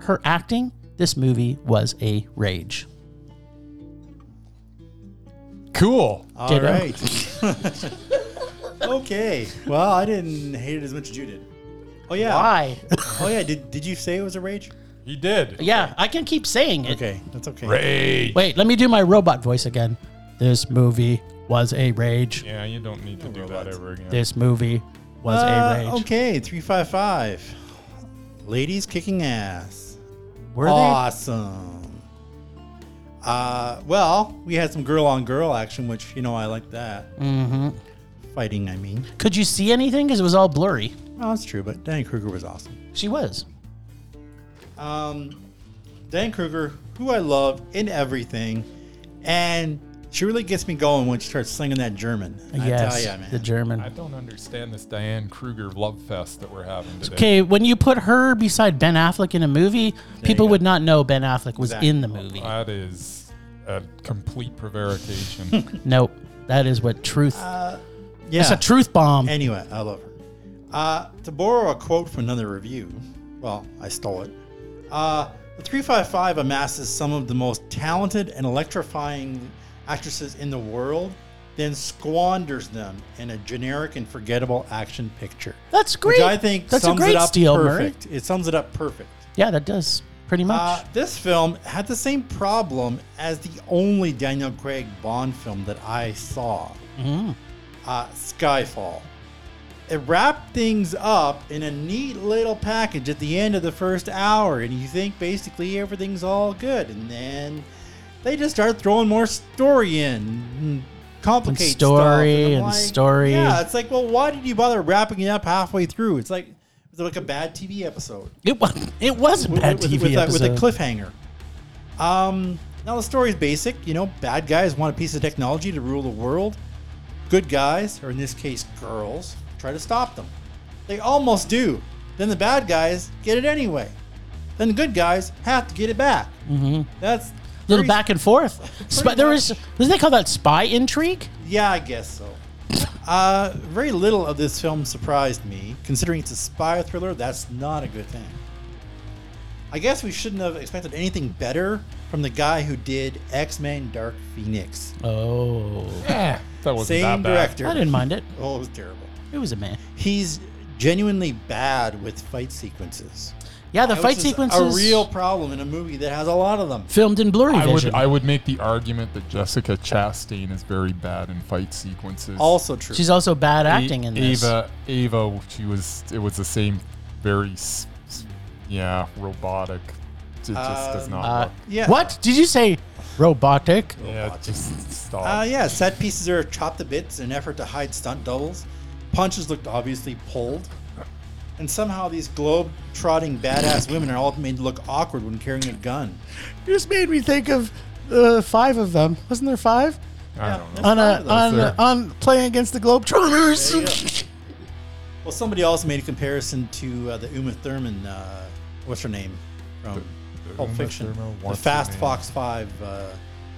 [SPEAKER 3] her acting, this movie was a rage.
[SPEAKER 1] Cool.
[SPEAKER 2] All
[SPEAKER 3] Ditto.
[SPEAKER 2] right. okay. Well, I didn't hate it as much as you did. Oh yeah.
[SPEAKER 3] Why?
[SPEAKER 2] Oh yeah. Did Did you say it was a rage?
[SPEAKER 1] He did.
[SPEAKER 3] yeah, I can keep saying it.
[SPEAKER 2] Okay, that's okay.
[SPEAKER 1] Rage.
[SPEAKER 3] Wait, let me do my robot voice again. This movie was a rage.
[SPEAKER 1] Yeah, you don't need to do that
[SPEAKER 2] robots.
[SPEAKER 1] ever again.
[SPEAKER 3] This movie was
[SPEAKER 2] Uh,
[SPEAKER 3] a rage.
[SPEAKER 2] okay, three five five. Ladies kicking ass.
[SPEAKER 3] Were
[SPEAKER 2] awesome. Uh, well, we had some girl on girl action, which you know I like that. Mm-hmm. Fighting, I mean.
[SPEAKER 3] they? Could you see anything? Because it was all blurry.
[SPEAKER 2] Oh, that's true. But Danny Kruger was awesome.
[SPEAKER 3] She was.
[SPEAKER 2] um, Dan Kruger, who I love in everything, and she really gets me going when she starts slinging that German. I
[SPEAKER 3] yes,
[SPEAKER 2] tell ya, man.
[SPEAKER 3] the German.
[SPEAKER 1] I don't understand this Diane Kruger love fest that we're having today.
[SPEAKER 3] Okay, when you put her beside Ben Affleck in a movie, people
[SPEAKER 2] go.
[SPEAKER 3] would not know Ben Affleck was
[SPEAKER 2] Exactly.
[SPEAKER 3] in the movie.
[SPEAKER 1] That is a complete prevarication.
[SPEAKER 3] nope, that is what truth.
[SPEAKER 2] Uh, yeah.
[SPEAKER 3] It's a truth bomb.
[SPEAKER 2] Anyway, I love her. Uh, to borrow a quote from another review, well, I stole it. Uh, the 355 amasses some of the most talented and electrifying actresses in the world, then squanders them in a generic and forgettable action picture.
[SPEAKER 3] That's great.
[SPEAKER 2] Which I think
[SPEAKER 3] that's
[SPEAKER 2] sums
[SPEAKER 3] a great
[SPEAKER 2] it up
[SPEAKER 3] steal, Murray.
[SPEAKER 2] perfect. It sums it up perfect.
[SPEAKER 3] Yeah, that does pretty much.
[SPEAKER 2] Uh, this film had the same problem as the only Daniel Craig Bond film that I saw
[SPEAKER 3] Mm-hmm.
[SPEAKER 2] uh, Skyfall. It wrapped things up in a neat little package at the end of the first hour, and you think basically everything's all good, and then they just start throwing more story in. and Complicate
[SPEAKER 3] And story
[SPEAKER 2] stuff. I'm
[SPEAKER 3] and story.
[SPEAKER 2] Yeah, it's like, well, why did you bother wrapping it up halfway through? It's like it's like a bad TV episode
[SPEAKER 3] it was. It was a
[SPEAKER 2] with-
[SPEAKER 3] bad
[SPEAKER 2] with, uh,
[SPEAKER 3] TV
[SPEAKER 2] with,
[SPEAKER 3] episode.
[SPEAKER 2] A, with a cliffhanger. Um, now the story's basic. You know, bad guys want a piece of technology to rule the world. Good guys, or in this case, girls, try to stop them. They almost do. Then the bad guys get it anyway. then the good guys have to get it back. Mm-hmm. That's
[SPEAKER 3] little
[SPEAKER 2] pretty-
[SPEAKER 3] back and forth. Spy, there was, doesn't they call that spy intrigue?
[SPEAKER 2] Yeah, I guess so. Uh, very little of this film surprised me. Considering it's a spy thriller, that's not a good thing. I guess we shouldn't have expected anything better from the guy who did X Men Dark Phoenix.
[SPEAKER 3] Oh,
[SPEAKER 1] Eh, that wasn't
[SPEAKER 2] Same
[SPEAKER 1] that bad.
[SPEAKER 2] director.
[SPEAKER 3] I didn't mind it.
[SPEAKER 2] Oh, it was terrible.
[SPEAKER 3] It was a man.
[SPEAKER 2] He's genuinely bad with fight sequences.
[SPEAKER 3] Yeah, the
[SPEAKER 2] Now,
[SPEAKER 3] fight
[SPEAKER 2] this is
[SPEAKER 3] sequences
[SPEAKER 2] a real problem in a movie that has a lot of them.
[SPEAKER 3] filmed in blurry
[SPEAKER 1] I would
[SPEAKER 3] vision.
[SPEAKER 1] I would make the argument that Jessica Chastain is very bad in fight sequences.
[SPEAKER 2] Also true.
[SPEAKER 3] She's also bad
[SPEAKER 1] A-
[SPEAKER 3] acting in this.
[SPEAKER 1] Ava Ava she was it was the same very s- s- yeah robotic. It just does
[SPEAKER 2] Um,
[SPEAKER 1] not
[SPEAKER 3] Uh,
[SPEAKER 1] work.
[SPEAKER 2] yeah.
[SPEAKER 3] What did you say? Robotic.
[SPEAKER 1] Yeah, it just stop.
[SPEAKER 2] Uh, yeah, set pieces are chopped to bits in an effort to hide stunt doubles. Punches looked obviously pulled. And somehow these globe trotting badass women are all made to look awkward when carrying a gun.
[SPEAKER 3] You just made me think of uh, five of them. Wasn't there five
[SPEAKER 1] I
[SPEAKER 2] yeah.
[SPEAKER 1] don't know.
[SPEAKER 2] On a- Five of those on-
[SPEAKER 1] there.
[SPEAKER 3] on playing against the Globetrotters?
[SPEAKER 2] Well, somebody also made a comparison to uh, the Uma Thurman, uh, what's her name? From
[SPEAKER 1] the
[SPEAKER 2] Pulp
[SPEAKER 1] Uma
[SPEAKER 2] Fiction.
[SPEAKER 1] Thurman,
[SPEAKER 2] The
[SPEAKER 1] what's her
[SPEAKER 2] Fast
[SPEAKER 1] name?
[SPEAKER 2] Fox 5. Uh,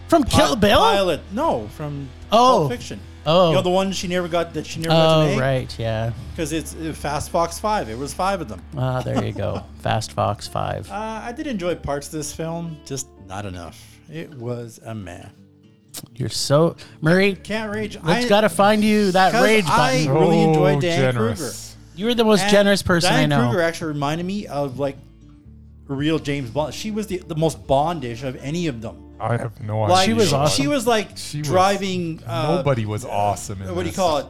[SPEAKER 3] From Kill
[SPEAKER 2] pi-
[SPEAKER 3] Bill.
[SPEAKER 2] Pilot. No, from
[SPEAKER 3] Oh.
[SPEAKER 2] Pulp Fiction.
[SPEAKER 3] Oh.
[SPEAKER 2] You know, the one she never got that she never got to
[SPEAKER 3] Oh
[SPEAKER 2] make?
[SPEAKER 3] right, yeah.
[SPEAKER 2] Because it's uh, Fast Fox 5. It was five of them.
[SPEAKER 3] Ah, there you go. Fast Fox Five.
[SPEAKER 2] Uh, I did enjoy parts of this film, just not enough. It was a man.
[SPEAKER 3] You're so Murray.
[SPEAKER 2] Can't rage.
[SPEAKER 3] Let's
[SPEAKER 2] I-
[SPEAKER 3] gotta find you that
[SPEAKER 2] 'cause
[SPEAKER 3] rage
[SPEAKER 2] I-
[SPEAKER 3] button.
[SPEAKER 2] really enjoyed Dan
[SPEAKER 1] Oh, generous.
[SPEAKER 3] You were the most
[SPEAKER 2] and
[SPEAKER 3] generous person
[SPEAKER 2] Diane
[SPEAKER 3] I know.
[SPEAKER 2] Kruger actually reminded me of like a real James Bond. She was the, the most Bondish of any of them.
[SPEAKER 1] I have no idea.
[SPEAKER 2] Like
[SPEAKER 3] She was awesome.
[SPEAKER 2] She was like
[SPEAKER 1] She was-
[SPEAKER 2] driving. uh,
[SPEAKER 1] Nobody was awesome in
[SPEAKER 2] What do you
[SPEAKER 1] this.
[SPEAKER 2] call it?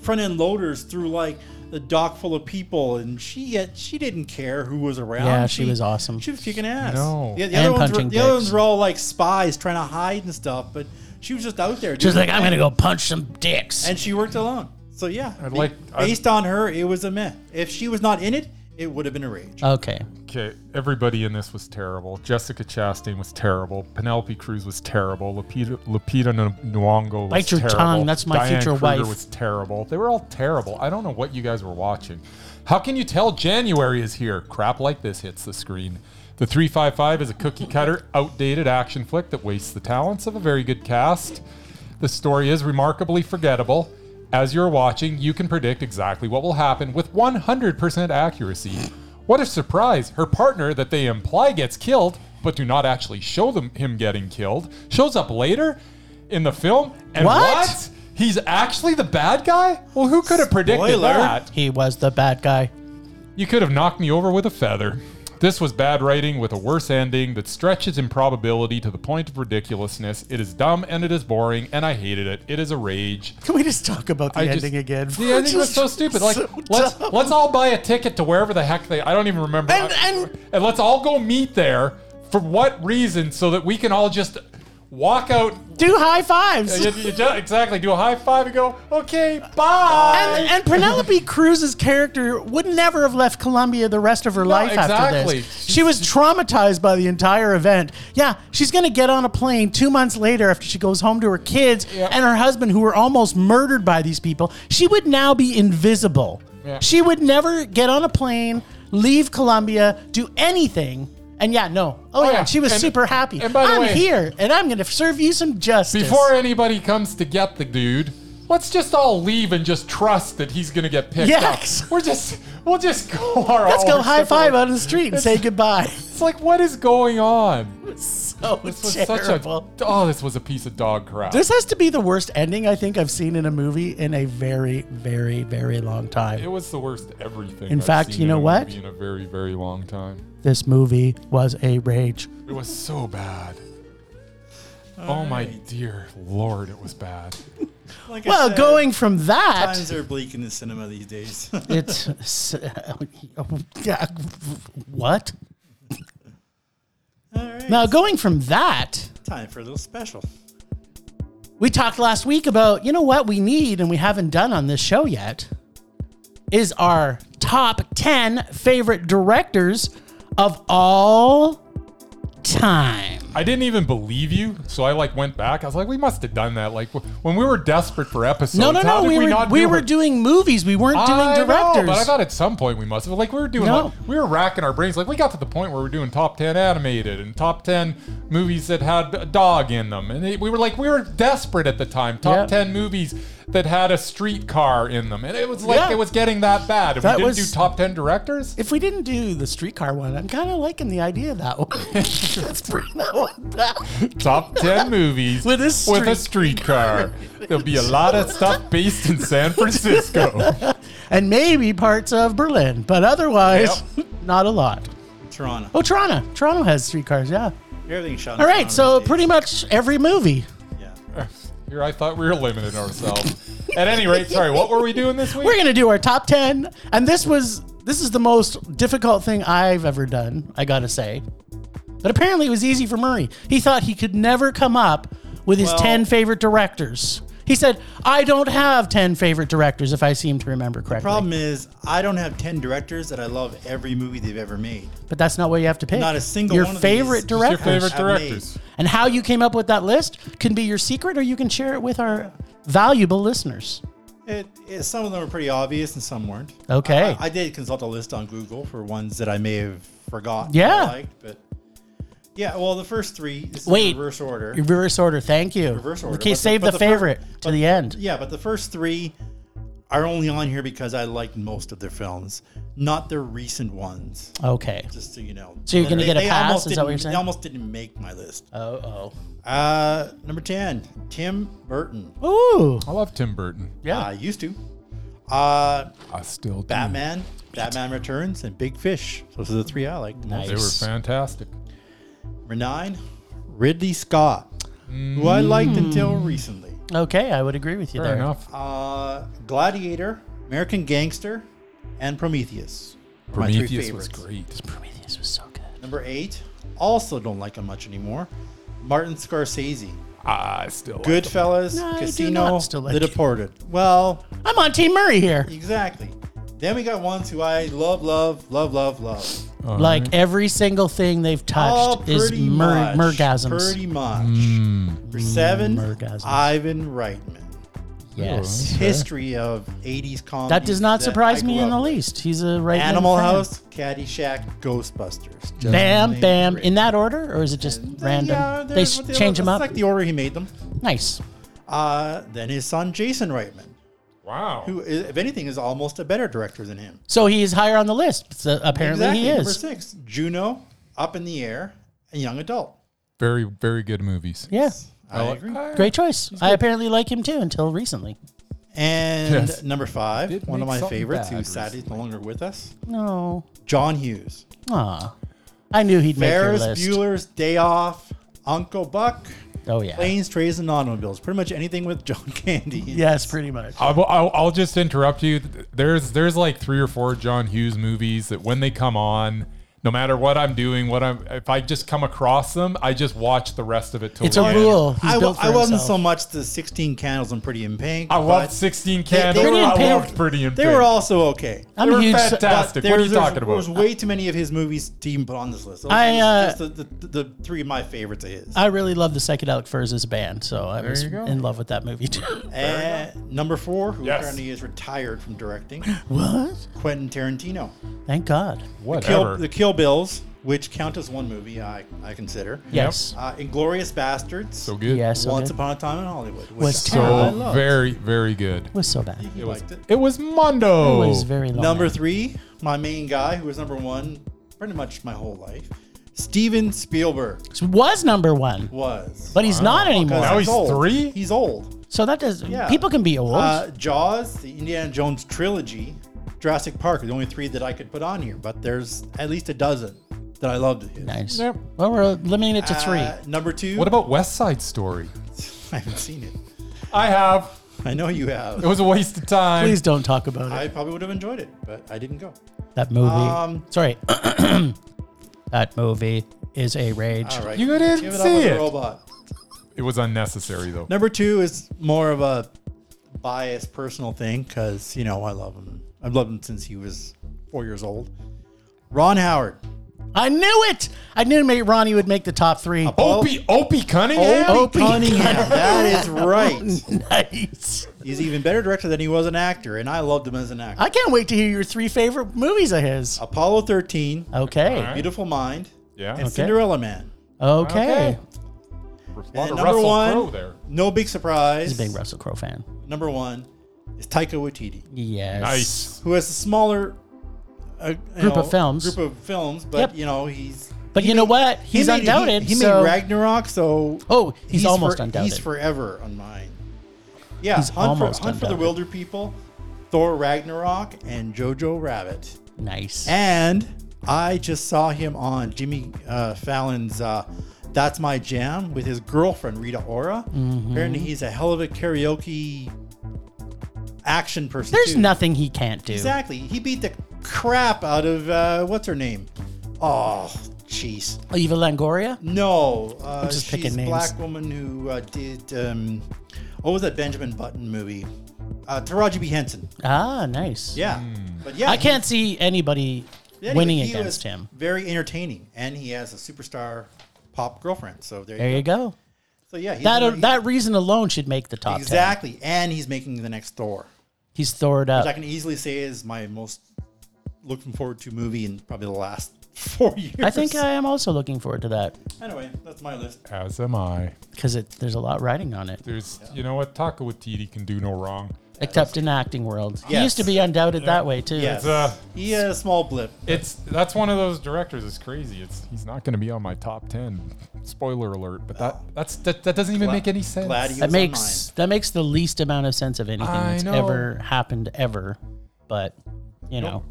[SPEAKER 2] Front end loaders through like a dock full of people, and she yet she didn't care who was around.
[SPEAKER 3] Yeah, she was awesome.
[SPEAKER 2] She was kicking ass.
[SPEAKER 1] No.
[SPEAKER 2] Yeah, the,
[SPEAKER 3] And
[SPEAKER 2] other ones, were,
[SPEAKER 3] punching
[SPEAKER 2] the other
[SPEAKER 3] dicks.
[SPEAKER 2] ones were all like spies trying to hide and stuff, but she was just out there.
[SPEAKER 3] Just
[SPEAKER 2] doing
[SPEAKER 3] like I'm
[SPEAKER 2] her
[SPEAKER 3] gonna
[SPEAKER 2] thing.
[SPEAKER 3] go punch some dicks.
[SPEAKER 2] And she worked alone. So yeah,
[SPEAKER 1] I'd
[SPEAKER 2] be-
[SPEAKER 1] like- I'd-
[SPEAKER 2] based on her, it was a meh. If she was not in it, it would have been a rage.
[SPEAKER 3] okay.
[SPEAKER 1] Okay, everybody in this was terrible. Jessica Chastain was terrible. Penelope Cruz was terrible. Lupita Lupita N- Nyong'o was
[SPEAKER 3] Bite your
[SPEAKER 1] terrible.
[SPEAKER 3] tongue, that's my
[SPEAKER 1] Diane
[SPEAKER 3] future
[SPEAKER 1] Kruger
[SPEAKER 3] wife.
[SPEAKER 1] was terrible. They were all terrible. I don't know what you guys were watching. How can you tell January is here? Crap like this hits the screen. The 355 is a cookie cutter, outdated action flick that wastes the talents of a very good cast. The story is remarkably forgettable. As you're watching, you can predict exactly what will happen with 100% accuracy. What a surprise! Her partner that they imply gets killed, but do not actually show them him getting killed, shows up later in the film. And
[SPEAKER 3] What?
[SPEAKER 1] what? He's actually the bad guy? Well, who could have predicted
[SPEAKER 2] Spoiler.
[SPEAKER 1] that?
[SPEAKER 3] He was the bad guy.
[SPEAKER 1] You could have knocked me over with a feather. This was bad writing with a worse ending that stretches improbability to the point of ridiculousness. It is dumb and it is boring, and I hated it. It is a rage.
[SPEAKER 4] Can we just talk about the
[SPEAKER 1] I
[SPEAKER 4] ending
[SPEAKER 1] just,
[SPEAKER 4] again?
[SPEAKER 1] The ending was so stupid. Like,
[SPEAKER 4] so
[SPEAKER 1] let's
[SPEAKER 4] dumb.
[SPEAKER 1] let's all buy a ticket to wherever the heck they. I don't even remember.
[SPEAKER 4] And-
[SPEAKER 1] I-
[SPEAKER 4] and-
[SPEAKER 1] and let's all go meet there. For what reason? So that we can all just walk out.
[SPEAKER 3] Do high fives.
[SPEAKER 1] you- you ju- exactly. Do a high five and go. Okay, bye.
[SPEAKER 3] And, and Penelope Cruz's character would never have left Colombia the rest of her life after
[SPEAKER 1] exactly.
[SPEAKER 3] this. She was traumatized by the entire event. Yeah, she's going to get on a plane two months later after she goes home to her kids
[SPEAKER 1] Yeah.
[SPEAKER 3] and her husband, who were almost murdered by these people. She would now be invisible.
[SPEAKER 1] Yeah.
[SPEAKER 3] She would never get on a plane, leave Colombia, do anything. And yeah, no. Oh,
[SPEAKER 1] Oh,
[SPEAKER 3] yeah,
[SPEAKER 1] yeah.
[SPEAKER 3] she was
[SPEAKER 1] And-
[SPEAKER 3] super happy.
[SPEAKER 1] and by the
[SPEAKER 3] I'm
[SPEAKER 1] way-
[SPEAKER 3] here, and I'm going to serve you some justice.
[SPEAKER 1] Before anybody comes to get the dude, let's just all leave and just trust that he's gonna get picked
[SPEAKER 3] Yes.
[SPEAKER 1] up. We're just we'll just go our
[SPEAKER 3] Let's
[SPEAKER 1] all
[SPEAKER 3] go
[SPEAKER 1] our
[SPEAKER 3] high
[SPEAKER 1] separate-
[SPEAKER 3] five out on the street and say goodbye.
[SPEAKER 1] It's like what is going on?
[SPEAKER 3] So
[SPEAKER 1] This was
[SPEAKER 3] terrible.
[SPEAKER 1] such a oh, this was a piece of dog crap.
[SPEAKER 3] This has to be the worst ending I think I've seen in a movie in a very, very, very long
[SPEAKER 1] it
[SPEAKER 3] time.
[SPEAKER 1] was the worst everything.
[SPEAKER 3] In
[SPEAKER 1] I've
[SPEAKER 3] fact,
[SPEAKER 1] seen
[SPEAKER 3] you know
[SPEAKER 1] in a
[SPEAKER 3] what?
[SPEAKER 1] movie in a very very long time.
[SPEAKER 3] This movie was a rage.
[SPEAKER 1] It was so bad. oh my dear lord, it was bad.
[SPEAKER 2] Like I
[SPEAKER 3] Well,
[SPEAKER 2] said,
[SPEAKER 3] going from that,
[SPEAKER 2] times are bleak in the cinema these days.
[SPEAKER 3] it's s- yeah, what?
[SPEAKER 2] all right,
[SPEAKER 3] Now going from that,
[SPEAKER 2] time for a little special.
[SPEAKER 3] we talked last week about you know what we need and we haven't done on this show yet is our top 10 favorite directors of all time.
[SPEAKER 1] I didn't even believe you, so I like went back. I was like, we must have done that. Like w- when we were desperate for episodes.
[SPEAKER 3] No, no,
[SPEAKER 1] how
[SPEAKER 3] no.
[SPEAKER 1] did
[SPEAKER 3] We, were
[SPEAKER 1] not
[SPEAKER 3] we
[SPEAKER 1] do
[SPEAKER 3] were
[SPEAKER 1] it?
[SPEAKER 3] doing movies. We weren't
[SPEAKER 1] I
[SPEAKER 3] doing directors.
[SPEAKER 1] Know, but I thought at some point we must have like we were doing
[SPEAKER 3] No.
[SPEAKER 1] like, we were racking our brains. Like we got to the point where we were doing top ten animated and top ten movies that had a dog in them, and it, we were like we were desperate at the time. Top
[SPEAKER 3] Yeah.
[SPEAKER 1] ten movies that had a streetcar in them, and it was like
[SPEAKER 3] Yeah.
[SPEAKER 1] it was getting that bad. If
[SPEAKER 3] That
[SPEAKER 1] we didn't
[SPEAKER 3] was-
[SPEAKER 1] do top ten directors.
[SPEAKER 3] if we didn't do the streetcar one, I'm kind of liking the idea of that one. Let's bring that one back.
[SPEAKER 1] Top 10 movies
[SPEAKER 3] With a
[SPEAKER 1] with a streetcar. There'll be a lot of stuff based in San Francisco.
[SPEAKER 3] And maybe parts of Berlin, but otherwise, not a lot.
[SPEAKER 2] Toronto.
[SPEAKER 3] Oh, Toronto. Toronto has streetcars, yeah.
[SPEAKER 2] Everything's shot. in
[SPEAKER 3] All right,
[SPEAKER 2] Toronto
[SPEAKER 3] so
[SPEAKER 2] these
[SPEAKER 3] pretty much every movie.
[SPEAKER 2] days. Yeah.
[SPEAKER 1] Here I thought we were limiting ourselves. At any rate, sorry, what were we doing this week?
[SPEAKER 3] We're going to do our top 10. And this was, this is the most difficult thing I've ever done, I got to say. But apparently it was easy for Murray. He thought he could never come up with his
[SPEAKER 2] Well-
[SPEAKER 3] 10 favorite directors. He said, I don't have 10 favorite directors if I seem to remember correctly.
[SPEAKER 2] Problem is, I don't have ten directors that I love every movie they've ever made.
[SPEAKER 3] But that's not what you have to pick.
[SPEAKER 2] Not a single
[SPEAKER 3] Your
[SPEAKER 2] one of these.
[SPEAKER 3] favorite
[SPEAKER 2] Just your
[SPEAKER 1] Your
[SPEAKER 3] directors.
[SPEAKER 1] favorite
[SPEAKER 2] I've
[SPEAKER 1] directors.
[SPEAKER 3] And how you came up with that list can be your secret, or you can share it with our valuable listeners.
[SPEAKER 2] It, it, some of them are pretty obvious and some weren't.
[SPEAKER 3] Okay.
[SPEAKER 2] I, I did consult a list on Google for ones that I may have forgotten. I
[SPEAKER 3] Yeah.
[SPEAKER 2] liked, but yeah. Well, the first three. This is
[SPEAKER 3] Wait.
[SPEAKER 2] reverse order.
[SPEAKER 3] Reverse order. Thank you.
[SPEAKER 2] Reverse order,
[SPEAKER 3] Okay,
[SPEAKER 2] but the-
[SPEAKER 3] save
[SPEAKER 2] but
[SPEAKER 3] the,
[SPEAKER 2] the fir-
[SPEAKER 3] favorite to the end.
[SPEAKER 2] Yeah, but the first three are only on here because I like most of their films, not their recent ones.
[SPEAKER 3] Okay.
[SPEAKER 2] Just so you know.
[SPEAKER 3] So you're gonna
[SPEAKER 2] They-
[SPEAKER 3] get a
[SPEAKER 2] they
[SPEAKER 3] pass?
[SPEAKER 2] almost
[SPEAKER 3] Is that what
[SPEAKER 2] didn't-
[SPEAKER 3] you're saying?
[SPEAKER 2] They almost didn't make my list.
[SPEAKER 3] Oh,
[SPEAKER 2] Uh, number ten, Tim Burton.
[SPEAKER 3] oh. Ooh.
[SPEAKER 1] I love Tim Burton.
[SPEAKER 3] Yeah.
[SPEAKER 2] I used to. Uh,
[SPEAKER 1] I still do.
[SPEAKER 2] Batman, Batman Returns, and Big Fish. Those are the three I like. the most.
[SPEAKER 3] Nice.
[SPEAKER 1] They were fantastic.
[SPEAKER 2] Number nine, Ridley Scott, who I liked
[SPEAKER 3] Hmm.
[SPEAKER 2] until recently.
[SPEAKER 3] Okay, I would agree with you
[SPEAKER 1] Fair
[SPEAKER 3] there.
[SPEAKER 1] enough.
[SPEAKER 2] Uh, Gladiator, American Gangster, and Prometheus. are my three
[SPEAKER 1] Prometheus was
[SPEAKER 2] favorites.
[SPEAKER 1] great.
[SPEAKER 3] Prometheus was so good.
[SPEAKER 2] Number eight, also don't like him much anymore. Martin Scorsese,
[SPEAKER 1] I still like him.
[SPEAKER 2] Goodfellas,
[SPEAKER 3] No, I do
[SPEAKER 2] Casino,
[SPEAKER 3] not still like
[SPEAKER 2] The
[SPEAKER 3] him.
[SPEAKER 2] Departed. Well,
[SPEAKER 3] I'm on Team Murray here.
[SPEAKER 2] exactly. Then we got ones who I love, love, love, love, love.
[SPEAKER 1] All
[SPEAKER 3] Like
[SPEAKER 1] right.
[SPEAKER 3] every single thing they've
[SPEAKER 2] All
[SPEAKER 3] touched is
[SPEAKER 2] Oh, pretty
[SPEAKER 3] mur-
[SPEAKER 2] much.
[SPEAKER 3] mergasms. Mm.
[SPEAKER 2] Pretty much. For seven,
[SPEAKER 3] mergasms.
[SPEAKER 2] Ivan Reitman.
[SPEAKER 3] Yes.
[SPEAKER 2] History of 80s comedy.
[SPEAKER 3] That does not surprise
[SPEAKER 2] I
[SPEAKER 3] me
[SPEAKER 2] grew
[SPEAKER 3] in the
[SPEAKER 2] up with.
[SPEAKER 3] least. He's a right
[SPEAKER 2] Animal House, Caddyshack, Ghostbusters.
[SPEAKER 3] Bam,
[SPEAKER 2] Just-
[SPEAKER 3] bam. In that order, or is it just random?
[SPEAKER 2] Yeah,
[SPEAKER 3] they
[SPEAKER 2] there's
[SPEAKER 3] s-
[SPEAKER 2] what
[SPEAKER 3] change them
[SPEAKER 2] that's
[SPEAKER 3] up.
[SPEAKER 2] like the order he made them.
[SPEAKER 3] nice.
[SPEAKER 2] Uh, then his son Jason Reitman,
[SPEAKER 1] Wow.
[SPEAKER 2] who, i- if anything, is almost a better director than him.
[SPEAKER 3] So he is higher on the list. So apparently he
[SPEAKER 2] Number
[SPEAKER 3] is.
[SPEAKER 2] six, Juno, Up in the Air, and Young Adult.
[SPEAKER 1] Very, very good movies.
[SPEAKER 3] Yeah.
[SPEAKER 2] I agree.
[SPEAKER 3] Great choice. I apparently like him too until recently.
[SPEAKER 2] And
[SPEAKER 1] Yes.
[SPEAKER 2] number five,
[SPEAKER 1] Did
[SPEAKER 2] one of
[SPEAKER 1] make
[SPEAKER 2] my
[SPEAKER 1] something
[SPEAKER 2] favorites,
[SPEAKER 1] bad
[SPEAKER 2] who sadly is no longer with us,
[SPEAKER 3] No.
[SPEAKER 2] John Hughes.
[SPEAKER 3] Oh. Aw. I knew he'd make your
[SPEAKER 2] Ferris
[SPEAKER 3] list.
[SPEAKER 2] Bueller's Day Off, Uncle Buck,
[SPEAKER 3] Oh, yeah.
[SPEAKER 2] Planes, Trains, and Automobiles. Pretty much anything with John Candy. in it.
[SPEAKER 3] Yes, pretty much.
[SPEAKER 1] I will- I'll, I'll just interrupt you. There's there's like three or four John Hughes movies that when they come on, no matter what I'm doing, what I'm if I just come across them, I just watch the rest of it. Till
[SPEAKER 3] It's a
[SPEAKER 1] the end.
[SPEAKER 3] rule. He's
[SPEAKER 2] I,
[SPEAKER 3] built
[SPEAKER 2] w-
[SPEAKER 3] for
[SPEAKER 2] I wasn't
[SPEAKER 3] himself.
[SPEAKER 2] so much the 16 Candles and Pretty in Pink.
[SPEAKER 1] I
[SPEAKER 2] but
[SPEAKER 1] loved 16
[SPEAKER 2] they- they
[SPEAKER 1] Candles.
[SPEAKER 2] were-
[SPEAKER 1] I
[SPEAKER 3] Pink.
[SPEAKER 1] loved Pretty and
[SPEAKER 2] They
[SPEAKER 1] Pink.
[SPEAKER 2] were also okay.
[SPEAKER 3] I'm
[SPEAKER 1] They
[SPEAKER 3] a
[SPEAKER 1] were
[SPEAKER 3] huge.
[SPEAKER 1] fantastic. What are you
[SPEAKER 2] There's-
[SPEAKER 1] talking
[SPEAKER 2] There was
[SPEAKER 1] about?
[SPEAKER 2] way too many of his movies to even put on this list. Those
[SPEAKER 3] I,
[SPEAKER 2] are just
[SPEAKER 3] uh,
[SPEAKER 2] the, the, the three of my favorites of
[SPEAKER 1] Uh,
[SPEAKER 2] his.
[SPEAKER 3] I really love the Psychedelic Furs as a band, so I was
[SPEAKER 1] you go.
[SPEAKER 3] in love with that movie too.
[SPEAKER 2] and number four, who
[SPEAKER 1] Yes.
[SPEAKER 2] apparently is retired from directing,
[SPEAKER 3] what?
[SPEAKER 2] Quentin Tarantino.
[SPEAKER 3] Thank God.
[SPEAKER 2] Kill,
[SPEAKER 1] Whatever.
[SPEAKER 2] the Kill Bills, which count as one movie, I, I consider.
[SPEAKER 3] Yes.
[SPEAKER 2] Uh, Inglorious Bastards.
[SPEAKER 1] so good.
[SPEAKER 3] Yes.
[SPEAKER 2] Once
[SPEAKER 3] okay.
[SPEAKER 2] Upon a Time in Hollywood. which
[SPEAKER 3] Was
[SPEAKER 2] I
[SPEAKER 3] terrible.
[SPEAKER 1] So
[SPEAKER 2] loved.
[SPEAKER 1] very, very good.
[SPEAKER 3] was so bad.
[SPEAKER 2] You liked it.
[SPEAKER 1] It was Mondo.
[SPEAKER 3] It was very long.
[SPEAKER 2] Oh. Number three, my main guy, who was number one pretty much my whole life, Steven Spielberg
[SPEAKER 3] was number one,
[SPEAKER 2] was.
[SPEAKER 3] but he's not anymore.
[SPEAKER 1] Now he's
[SPEAKER 2] old.
[SPEAKER 1] three?
[SPEAKER 2] He's old.
[SPEAKER 3] So that does
[SPEAKER 2] Yeah.
[SPEAKER 3] people can be old.
[SPEAKER 2] Uh, Jaws, the Indiana Jones trilogy, Jurassic Park are the only three that I could put on here, but there's at least a dozen that I loved. of his.
[SPEAKER 3] nice.
[SPEAKER 1] Yep.
[SPEAKER 3] Well, we're limiting it to three.
[SPEAKER 2] Uh, number two.
[SPEAKER 1] What about West Side Story?
[SPEAKER 2] I haven't seen it.
[SPEAKER 1] I have.
[SPEAKER 2] I know you
[SPEAKER 1] It
[SPEAKER 2] have.
[SPEAKER 1] was a waste of time.
[SPEAKER 3] Please don't talk about it.
[SPEAKER 2] I probably would have enjoyed it, but I didn't go.
[SPEAKER 3] that movie.
[SPEAKER 2] um,
[SPEAKER 3] sorry. that movie is a rage.
[SPEAKER 2] All right.
[SPEAKER 1] You didn't
[SPEAKER 2] Give it
[SPEAKER 1] see
[SPEAKER 2] up with
[SPEAKER 1] it.
[SPEAKER 2] The robot.
[SPEAKER 1] It was unnecessary though.
[SPEAKER 2] Number two is more of a biased personal thing because, you know, I love him. I've loved him since he was four years old. Ron Howard,
[SPEAKER 3] I knew it. I knew mate Ronnie would make the top three.
[SPEAKER 1] Opie, Opie Cunningham?
[SPEAKER 2] Opie
[SPEAKER 3] Opie
[SPEAKER 2] Cunningham. Oh, That is right.
[SPEAKER 3] nice.
[SPEAKER 2] He's even better director than he was an actor, and I loved him as an actor.
[SPEAKER 3] I can't wait to hear your three favorite movies of his.
[SPEAKER 2] Apollo 13,
[SPEAKER 3] Okay.
[SPEAKER 1] All right.
[SPEAKER 2] Beautiful Mind,
[SPEAKER 1] Yeah.
[SPEAKER 2] and
[SPEAKER 1] Okay.
[SPEAKER 2] Cinderella Man.
[SPEAKER 3] Okay.
[SPEAKER 1] A lot
[SPEAKER 2] And
[SPEAKER 1] of
[SPEAKER 2] number
[SPEAKER 1] Russell Crowe
[SPEAKER 2] one,
[SPEAKER 1] there.
[SPEAKER 2] no big surprise.
[SPEAKER 3] He's a big Russell Crowe fan.
[SPEAKER 2] number one is Taika Waititi,
[SPEAKER 3] Yes.
[SPEAKER 1] Nice.
[SPEAKER 2] who has a smaller uh, you
[SPEAKER 3] Group of
[SPEAKER 2] know,
[SPEAKER 3] films.
[SPEAKER 2] Group of films, but
[SPEAKER 3] Yep.
[SPEAKER 2] you know he's.
[SPEAKER 3] But
[SPEAKER 2] he
[SPEAKER 3] you know
[SPEAKER 2] made-
[SPEAKER 3] what?
[SPEAKER 2] he
[SPEAKER 3] He's
[SPEAKER 2] made- he-
[SPEAKER 3] undoubted,
[SPEAKER 2] He,
[SPEAKER 3] so-
[SPEAKER 2] made Ragnarok, so
[SPEAKER 3] Oh, he's almost
[SPEAKER 2] for-
[SPEAKER 3] undoubted.
[SPEAKER 2] He's forever on mine. Yeah,
[SPEAKER 3] He's
[SPEAKER 2] Hunt, for,
[SPEAKER 3] almost
[SPEAKER 2] Hunt for the
[SPEAKER 3] undoubted.
[SPEAKER 2] Wilder People, Thor Ragnarok, and Jojo Rabbit.
[SPEAKER 3] Nice.
[SPEAKER 2] And I just saw him on Jimmy uh, Fallon's uh, That's My Jam with his girlfriend, Rita Ora.
[SPEAKER 3] Mm-hmm.
[SPEAKER 2] Apparently, he's a hell of a karaoke action person.
[SPEAKER 3] There's
[SPEAKER 2] too.
[SPEAKER 3] nothing he can't do.
[SPEAKER 2] Exactly. He beat the crap out of, uh, what's her name? Oh, jeez.
[SPEAKER 3] Eva Langoria?
[SPEAKER 2] No. Uh,
[SPEAKER 3] just
[SPEAKER 2] she's
[SPEAKER 3] picking names.
[SPEAKER 2] a black woman who uh, did, um, what was that Benjamin Button movie? Uh, Taraji B. Henson.
[SPEAKER 3] Ah, nice.
[SPEAKER 2] Yeah. But yeah.
[SPEAKER 3] I
[SPEAKER 2] he-
[SPEAKER 3] can't see anybody
[SPEAKER 2] Anyway,
[SPEAKER 3] winning
[SPEAKER 2] he was
[SPEAKER 3] against him.
[SPEAKER 2] Very entertaining, and he has a superstar pop girlfriend. So there,
[SPEAKER 3] There
[SPEAKER 2] you
[SPEAKER 3] you go.
[SPEAKER 2] go. So yeah, he's
[SPEAKER 3] That
[SPEAKER 2] he-
[SPEAKER 3] that reason alone should make the top ten.
[SPEAKER 2] exactly, and he's making the next Thor,
[SPEAKER 3] He's thored up.
[SPEAKER 2] which I can easily say is my most looking forward to movie in probably the last four years.
[SPEAKER 3] I think uh, I am also looking forward to that
[SPEAKER 2] anyway, that's my list.
[SPEAKER 1] As am I.
[SPEAKER 3] because there's a lot riding on it,
[SPEAKER 1] There's, you know what? Taka Watiti can do no wrong.
[SPEAKER 3] except in acting world. He
[SPEAKER 2] Yes.
[SPEAKER 3] used to be undoubted that way too.
[SPEAKER 2] Yes,
[SPEAKER 1] uh,
[SPEAKER 2] he had a small blip.
[SPEAKER 1] It's that's one of those directors. It's crazy. It's he's not going to be on my top ten. Spoiler alert. But that that's that, that doesn't even
[SPEAKER 2] Gla-
[SPEAKER 1] make any sense.
[SPEAKER 2] Glad he was
[SPEAKER 3] That
[SPEAKER 2] on
[SPEAKER 3] makes that makes the least amount of sense of anything
[SPEAKER 1] I
[SPEAKER 3] that's
[SPEAKER 1] know.
[SPEAKER 3] ever happened ever. But you know,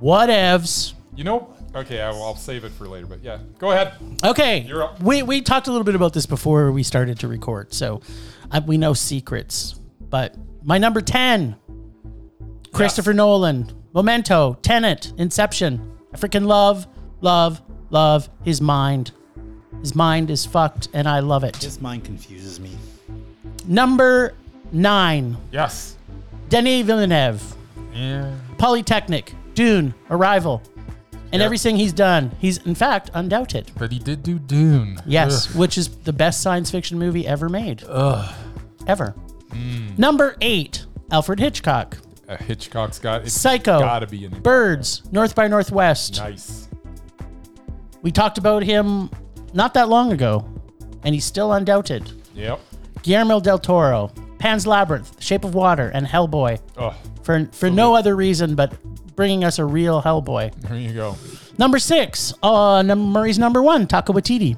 [SPEAKER 3] whatevs.
[SPEAKER 1] You know? Okay, I, will I'll save it for later. But yeah, go ahead.
[SPEAKER 3] Okay,
[SPEAKER 1] You're up.
[SPEAKER 3] we we talked a little bit about this before we started to record, so I, we know secrets. But my number ten, Christopher Nolan, Memento, Tenet, Inception. I freaking love, love, love his mind. His mind is fucked, and I love it.
[SPEAKER 2] mine. His mind confuses me.
[SPEAKER 3] Number nine,
[SPEAKER 1] Yes.
[SPEAKER 3] Denis Villeneuve.
[SPEAKER 1] Yeah.
[SPEAKER 3] Polytechnic, Dune, Arrival, and
[SPEAKER 1] Yeah.
[SPEAKER 3] everything he's done. He's in fact undoubted.
[SPEAKER 1] But he did do Dune.
[SPEAKER 3] Yes,
[SPEAKER 1] Ugh.
[SPEAKER 3] which is the best science fiction movie ever made. Ugh. Ever.
[SPEAKER 1] Hmm.
[SPEAKER 3] Number eight, Alfred Hitchcock.
[SPEAKER 1] Uh, Hitchcock's got it's
[SPEAKER 3] Psycho.
[SPEAKER 1] Gotta be in it.
[SPEAKER 3] Birds, North by Northwest.
[SPEAKER 1] Nice.
[SPEAKER 3] We talked about him not that long ago, and he's still undoubted.
[SPEAKER 1] Yep.
[SPEAKER 3] Guillermo del Toro, Pan's Labyrinth, Shape of Water, and Hellboy.
[SPEAKER 1] Oh,
[SPEAKER 3] For, for no other reason but bringing us a real Hellboy.
[SPEAKER 1] there you go.
[SPEAKER 3] Number six, uh, num- Murray's number one, Taka Waititi.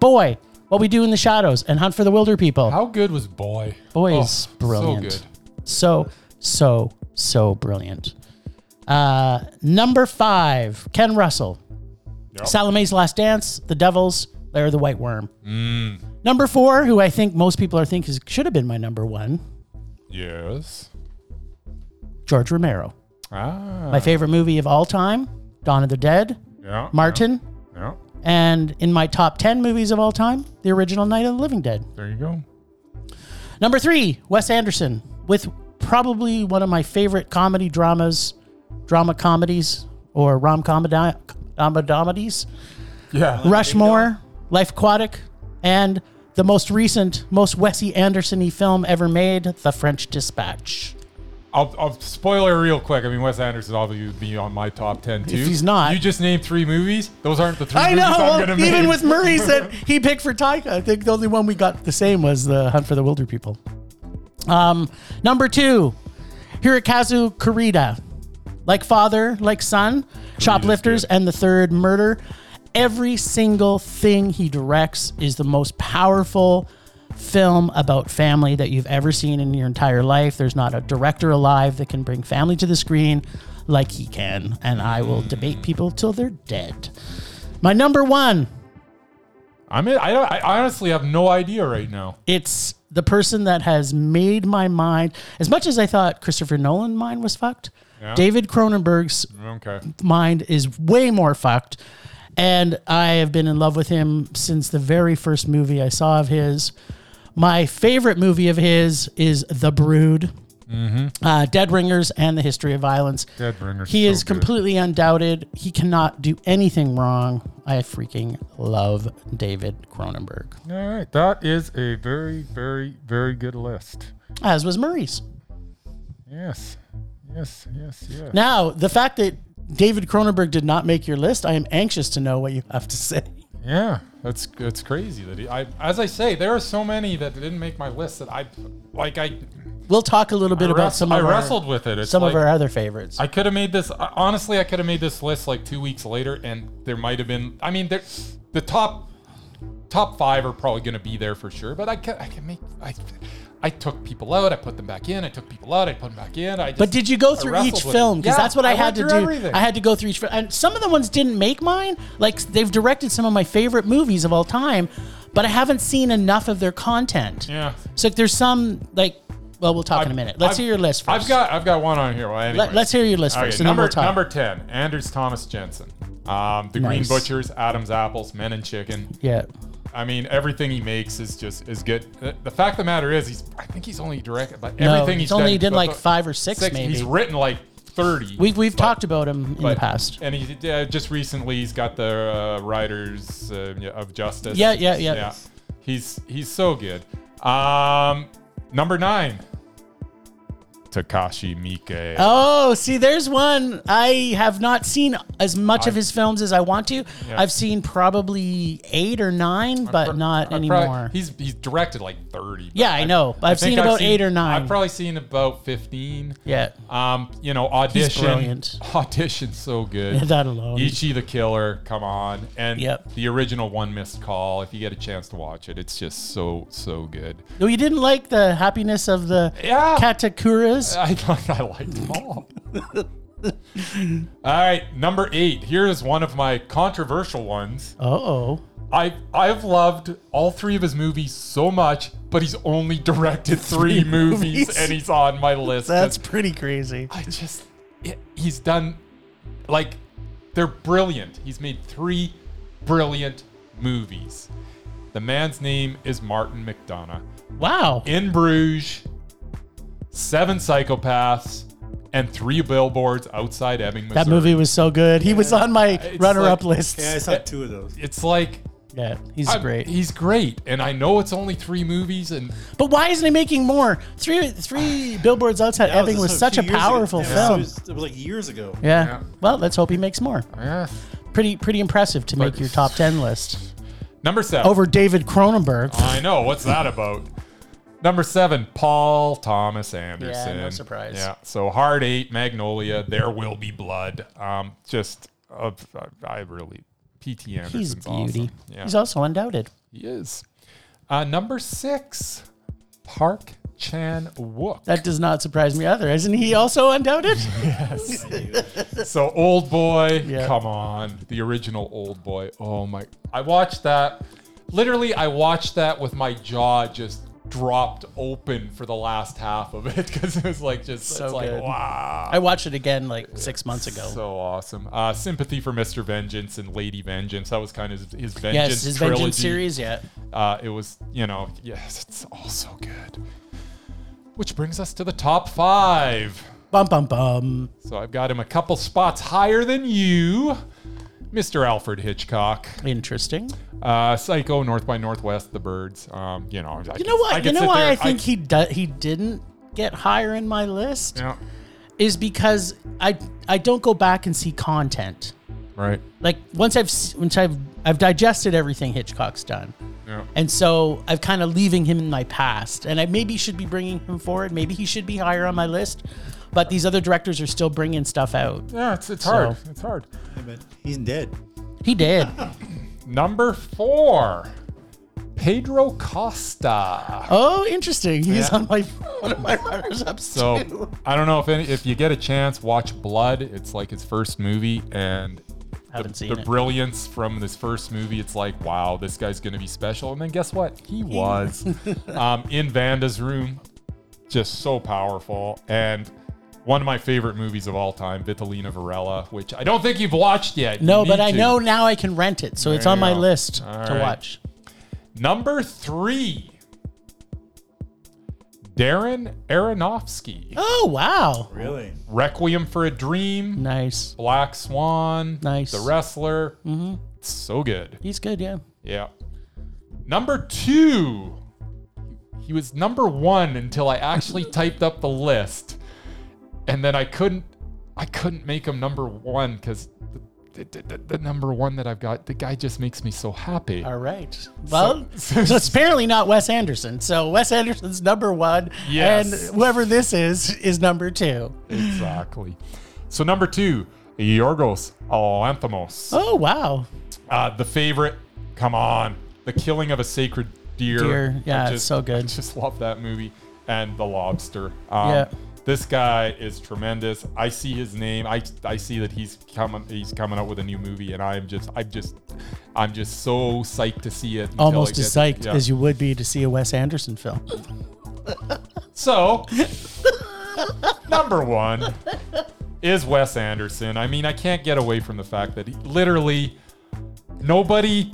[SPEAKER 3] Boy, What We Do in the Shadows and Hunt for the Wilder People.
[SPEAKER 1] How good was Boy?
[SPEAKER 3] Boy
[SPEAKER 1] Oh,
[SPEAKER 3] is brilliant.
[SPEAKER 1] So good.
[SPEAKER 3] So, so, so brilliant. Uh, number five, Ken Russell. Salome's Last Dance, The Devils, Larry the White Worm.
[SPEAKER 1] Mm.
[SPEAKER 3] Number four, who I think most people are thinking is- should have been my number one,
[SPEAKER 1] Yes.
[SPEAKER 3] George Romero.
[SPEAKER 1] Ah.
[SPEAKER 3] My favorite movie of all time, Dawn of the Dead,
[SPEAKER 1] yeah.
[SPEAKER 3] Martin,
[SPEAKER 1] Yeah. yeah.
[SPEAKER 3] and in my top 10 movies of all time, the original Night of the Living Dead.
[SPEAKER 1] There you go.
[SPEAKER 3] Number three, Wes Anderson, with probably one of my favorite comedy dramas, drama comedies, or rom comedies
[SPEAKER 1] Yeah.
[SPEAKER 3] Rushmore, Life Aquatic, and the most recent, most Wesy Anderson y film ever made, The French Dispatch.
[SPEAKER 1] I'll, I'll spoiler real quick. I mean, Wes Anderson obviously would be on my top ten too.
[SPEAKER 3] he's not-
[SPEAKER 1] you just named three movies. Those aren't the three
[SPEAKER 3] I
[SPEAKER 1] movies
[SPEAKER 3] know.
[SPEAKER 1] I'm
[SPEAKER 3] well,
[SPEAKER 1] gonna
[SPEAKER 3] even
[SPEAKER 1] name.
[SPEAKER 3] with Murray's that he picked for Taika, I think the only one we got the same was the Hunt for the Wilder People. Um, number two, Hirokazu Kurita, like father, like son, shoplifters,
[SPEAKER 1] good.
[SPEAKER 3] and the third murder. Every single thing he directs is the most powerful film about family that you've ever seen in your entire life. There's not a director alive that can bring family to the screen like he can, and I will debate people till they're dead. My number one,
[SPEAKER 1] I mean, I, don't- I honestly have no idea right now.
[SPEAKER 3] it's the person that has made my mind. As much as I thought Christopher Nolan mind was fucked,
[SPEAKER 1] Yeah.
[SPEAKER 3] David Cronenberg's
[SPEAKER 1] Okay.
[SPEAKER 3] mind is way more fucked. And I have been in love with him since the very first movie I saw of his. My favorite movie of his is The Brood. uh, Dead Ringers, and The History of Violence.
[SPEAKER 1] Mm-hmm. Dead Ringers
[SPEAKER 3] He
[SPEAKER 1] so
[SPEAKER 3] is
[SPEAKER 1] good.
[SPEAKER 3] completely undoubted. He cannot do anything wrong. I freaking love David Cronenberg,
[SPEAKER 1] All right, that is a very, very, very good list.
[SPEAKER 3] as was Murray's.
[SPEAKER 1] Yes, yes, yes, yes.
[SPEAKER 3] Now, the fact that David Cronenberg did not make your list, I am anxious to know what you have to say.
[SPEAKER 1] Yeah, that's that's crazy. That he, I, as I say, there are so many that didn't make my list that I, like I,
[SPEAKER 3] We'll talk a little bit about
[SPEAKER 1] wrest-
[SPEAKER 3] some
[SPEAKER 1] I
[SPEAKER 3] of
[SPEAKER 1] wrestled
[SPEAKER 3] our,
[SPEAKER 1] with it. It's
[SPEAKER 3] some
[SPEAKER 1] like,
[SPEAKER 3] of our other favorites.
[SPEAKER 1] I could have made this honestly. I could have made this list like two weeks later, and there might have been. I mean, there, the top top five are probably going to be there for sure. But I can I can make I I took people out. I put them back in. I took people out. I put them back in. I just,
[SPEAKER 3] But did you go
[SPEAKER 1] I
[SPEAKER 3] through
[SPEAKER 1] wrestled
[SPEAKER 3] each
[SPEAKER 1] with
[SPEAKER 3] film?
[SPEAKER 1] it.
[SPEAKER 3] Because
[SPEAKER 1] Yeah,
[SPEAKER 3] that's what I, had
[SPEAKER 1] went
[SPEAKER 3] to
[SPEAKER 1] through
[SPEAKER 3] do.
[SPEAKER 1] everything.
[SPEAKER 3] I had to go through each film. And some of the ones didn't make mine. Like they've directed some of my favorite movies of all time, but I haven't seen enough of their content.
[SPEAKER 1] yeah.
[SPEAKER 3] So like, there's some like, well, we'll talk in a minute. Let's
[SPEAKER 1] I've-
[SPEAKER 3] hear your list first.
[SPEAKER 1] I've got I've got one on here. Well,
[SPEAKER 3] Let,
[SPEAKER 1] anyways.
[SPEAKER 3] us hear your list
[SPEAKER 1] Okay,
[SPEAKER 3] first, and
[SPEAKER 1] number
[SPEAKER 3] then we'll talk.
[SPEAKER 1] number ten, Anders Thomas Jensen, um, The Green
[SPEAKER 3] Nice.
[SPEAKER 1] Butchers, Adam's Apples, Men and Chicken.
[SPEAKER 3] yeah.
[SPEAKER 1] I mean, everything he makes is just is good. The, the fact of the matter is, he's I think he's only directed, but everything
[SPEAKER 3] he's
[SPEAKER 1] he's
[SPEAKER 3] only
[SPEAKER 1] done,
[SPEAKER 3] did
[SPEAKER 1] but
[SPEAKER 3] like
[SPEAKER 1] the-
[SPEAKER 3] five or six, maybe.
[SPEAKER 1] He's written like thirty.
[SPEAKER 3] We've we've
[SPEAKER 1] but-
[SPEAKER 3] talked about him in the
[SPEAKER 1] but-
[SPEAKER 3] past.
[SPEAKER 1] and he uh, just recently he's got the uh, Riders uh, yeah, of Justice.
[SPEAKER 3] Yeah, yeah, yeah.
[SPEAKER 1] He's he's so good. Um, number nine, Takashi Miike.
[SPEAKER 3] Oh, see, there's one I have not seen as much of
[SPEAKER 1] I-
[SPEAKER 3] his films as I want to.
[SPEAKER 1] Yeah.
[SPEAKER 3] I've seen probably eight or nine, but
[SPEAKER 1] Pro- I
[SPEAKER 3] not
[SPEAKER 1] probably-
[SPEAKER 3] anymore.
[SPEAKER 1] he's he's directed like thirty. but
[SPEAKER 3] Yeah, I know. I've
[SPEAKER 1] think
[SPEAKER 3] seen about eight or nine.
[SPEAKER 1] I've probably seen about fifteen.
[SPEAKER 3] yeah,
[SPEAKER 1] Um, you know, audition.
[SPEAKER 3] brilliant.
[SPEAKER 1] Audition's so good.
[SPEAKER 3] that alone.
[SPEAKER 1] Ichi the Killer, come on, and
[SPEAKER 3] Yep.
[SPEAKER 1] the original One Missed Call. If you get a chance to watch it, it's just so so good.
[SPEAKER 3] no, you didn't like the happiness of the
[SPEAKER 1] Yeah.
[SPEAKER 3] Katakuras.
[SPEAKER 1] I I liked them all. all right, number eight. Here is one of my controversial ones.
[SPEAKER 3] Uh oh.
[SPEAKER 1] I I've loved all three of his movies so much, but he's only directed three, movies,
[SPEAKER 3] movies.
[SPEAKER 1] and he's on my list.
[SPEAKER 3] That's pretty crazy.
[SPEAKER 1] I just it, he's done like they're brilliant. He's made three brilliant movies. The man's name is Martin McDonough.
[SPEAKER 3] Wow.
[SPEAKER 1] In Bruges, Seven Psychopaths, and Three Billboards Outside Ebbing, Missouri.
[SPEAKER 3] that movie was so good. He was on my
[SPEAKER 1] it's
[SPEAKER 3] runner up
[SPEAKER 1] like-
[SPEAKER 3] list.
[SPEAKER 2] Yeah, I
[SPEAKER 3] Yeah,
[SPEAKER 2] saw two of those.
[SPEAKER 1] It's like
[SPEAKER 3] he's
[SPEAKER 1] I'm-
[SPEAKER 3] great.
[SPEAKER 1] He's great, and I know it's only three movies, and
[SPEAKER 3] but why isn't he making more? Three three billboards outside
[SPEAKER 2] That
[SPEAKER 3] Ebbing was,
[SPEAKER 2] just
[SPEAKER 3] such a
[SPEAKER 2] few years ago.
[SPEAKER 3] powerful
[SPEAKER 2] Yeah,
[SPEAKER 3] film.
[SPEAKER 2] It was, it was like years ago.
[SPEAKER 3] yeah.
[SPEAKER 1] Yeah.
[SPEAKER 3] Well, let's hope he makes more.
[SPEAKER 1] yes.
[SPEAKER 3] Pretty pretty impressive to make
[SPEAKER 1] But-
[SPEAKER 3] your top ten list
[SPEAKER 1] number seven.
[SPEAKER 3] over David Cronenberg.
[SPEAKER 1] I know. What's that about? Number seven, Paul Thomas Anderson.
[SPEAKER 3] Yeah, no surprise.
[SPEAKER 1] Yeah. So Hard Eight, Magnolia, There Will Be Blood. Um, just uh, I really PT Anderson's
[SPEAKER 3] he's beauty.
[SPEAKER 1] awesome. Yeah,
[SPEAKER 3] He's also undoubted.
[SPEAKER 1] he is. Uh, number six, Park Chan Wook.
[SPEAKER 3] That does not surprise me either. Isn't he also undoubted?
[SPEAKER 1] so old boy
[SPEAKER 3] Yeah.
[SPEAKER 1] come on the original old boy oh my i watched that literally i watched that with my jaw just dropped open for the last half of it because it was like just
[SPEAKER 3] So
[SPEAKER 1] it's like
[SPEAKER 3] good.
[SPEAKER 1] wow
[SPEAKER 3] I watched it again like six months ago.
[SPEAKER 1] so awesome uh sympathy for mr vengeance and lady vengeance that was kind of his, his vengeance
[SPEAKER 3] yes, his
[SPEAKER 1] trilogy
[SPEAKER 3] Vengeance series. Yeah,
[SPEAKER 1] uh, it was, you know, yes, it's all so good. Which brings us to the top five.
[SPEAKER 3] bum bum bum.
[SPEAKER 1] So I've got him a couple spots higher than you, Mr. Alfred Hitchcock.
[SPEAKER 3] Interesting.
[SPEAKER 1] Uh, Psycho, North by Northwest, The Birds. Um, you know, I
[SPEAKER 3] You know what? you know why I think he do- he didn't get higher in my list
[SPEAKER 1] yeah,
[SPEAKER 3] is because I I don't go back and see content.
[SPEAKER 1] right.
[SPEAKER 3] Like once I've s- once I've I've digested everything Hitchcock's done.
[SPEAKER 1] Yeah.
[SPEAKER 3] And so I'm kind of leaving him in my past. And I maybe should be bringing him forward. Maybe he should be higher on my list. But these other directors are still bringing stuff out.
[SPEAKER 1] Yeah, it's it's
[SPEAKER 3] So-
[SPEAKER 1] hard. It's hard.
[SPEAKER 2] Yeah, but he's dead.
[SPEAKER 3] He did.
[SPEAKER 1] Number four, Pedro Costa.
[SPEAKER 3] Oh, interesting. He's
[SPEAKER 1] Yeah.
[SPEAKER 3] on my one of my runners up.
[SPEAKER 1] So I don't know if any, if you get a chance, watch Blood. It's like his first movie, and
[SPEAKER 3] haven't seen
[SPEAKER 1] the
[SPEAKER 3] it.
[SPEAKER 1] brilliance from this first movie. It's like, wow, this guy's gonna be special. And then guess what? He was um, in Vanda's room, just so powerful and. One of my favorite movies of all time, Vitalina Varela, which I don't think you've watched yet. You
[SPEAKER 3] no, but
[SPEAKER 1] need
[SPEAKER 3] I
[SPEAKER 1] to.
[SPEAKER 3] know now I can rent it, so it's on
[SPEAKER 1] you
[SPEAKER 3] my
[SPEAKER 1] go.
[SPEAKER 3] list
[SPEAKER 1] All
[SPEAKER 3] to
[SPEAKER 1] right.
[SPEAKER 3] watch.
[SPEAKER 1] Number three, Darren Aronofsky.
[SPEAKER 3] Oh wow!
[SPEAKER 2] Really?
[SPEAKER 1] Requiem for a Dream,
[SPEAKER 3] Nice.
[SPEAKER 1] Black Swan,
[SPEAKER 3] Nice. Mm-hmm.
[SPEAKER 1] The Wrestler. So good.
[SPEAKER 3] He's good. Yeah.
[SPEAKER 1] Yeah. Number two. He was number one until I actually typed up the list, and then I couldn't. I couldn't make him number one because the, the, the, the number one that I've got, the guy just makes me so happy.
[SPEAKER 3] All right. Well, so, it's apparently not Wes Anderson. So Wes Anderson's number one,
[SPEAKER 1] Yes.
[SPEAKER 3] and whoever this is is number two.
[SPEAKER 1] Exactly. So number two, Yorgos Lanthimos.
[SPEAKER 3] Oh wow!
[SPEAKER 1] Uh, the favorite, come on, the killing of a sacred deer.
[SPEAKER 3] Deer, yeah,
[SPEAKER 1] I
[SPEAKER 3] it's so good.
[SPEAKER 1] I just love that movie and the lobster. Um,
[SPEAKER 3] Yeah.
[SPEAKER 1] This guy is tremendous. I see his name. I, I see that he's coming. He's coming out with a new movie, and I'm just I'm just I'm just so psyched to see it. until I
[SPEAKER 3] Almost as
[SPEAKER 1] get-
[SPEAKER 3] psyched
[SPEAKER 1] yeah.
[SPEAKER 3] as you would be to see a Wes Anderson film.
[SPEAKER 1] So, number one is Wes Anderson. I mean, I can't get away from the fact that he, literally nobody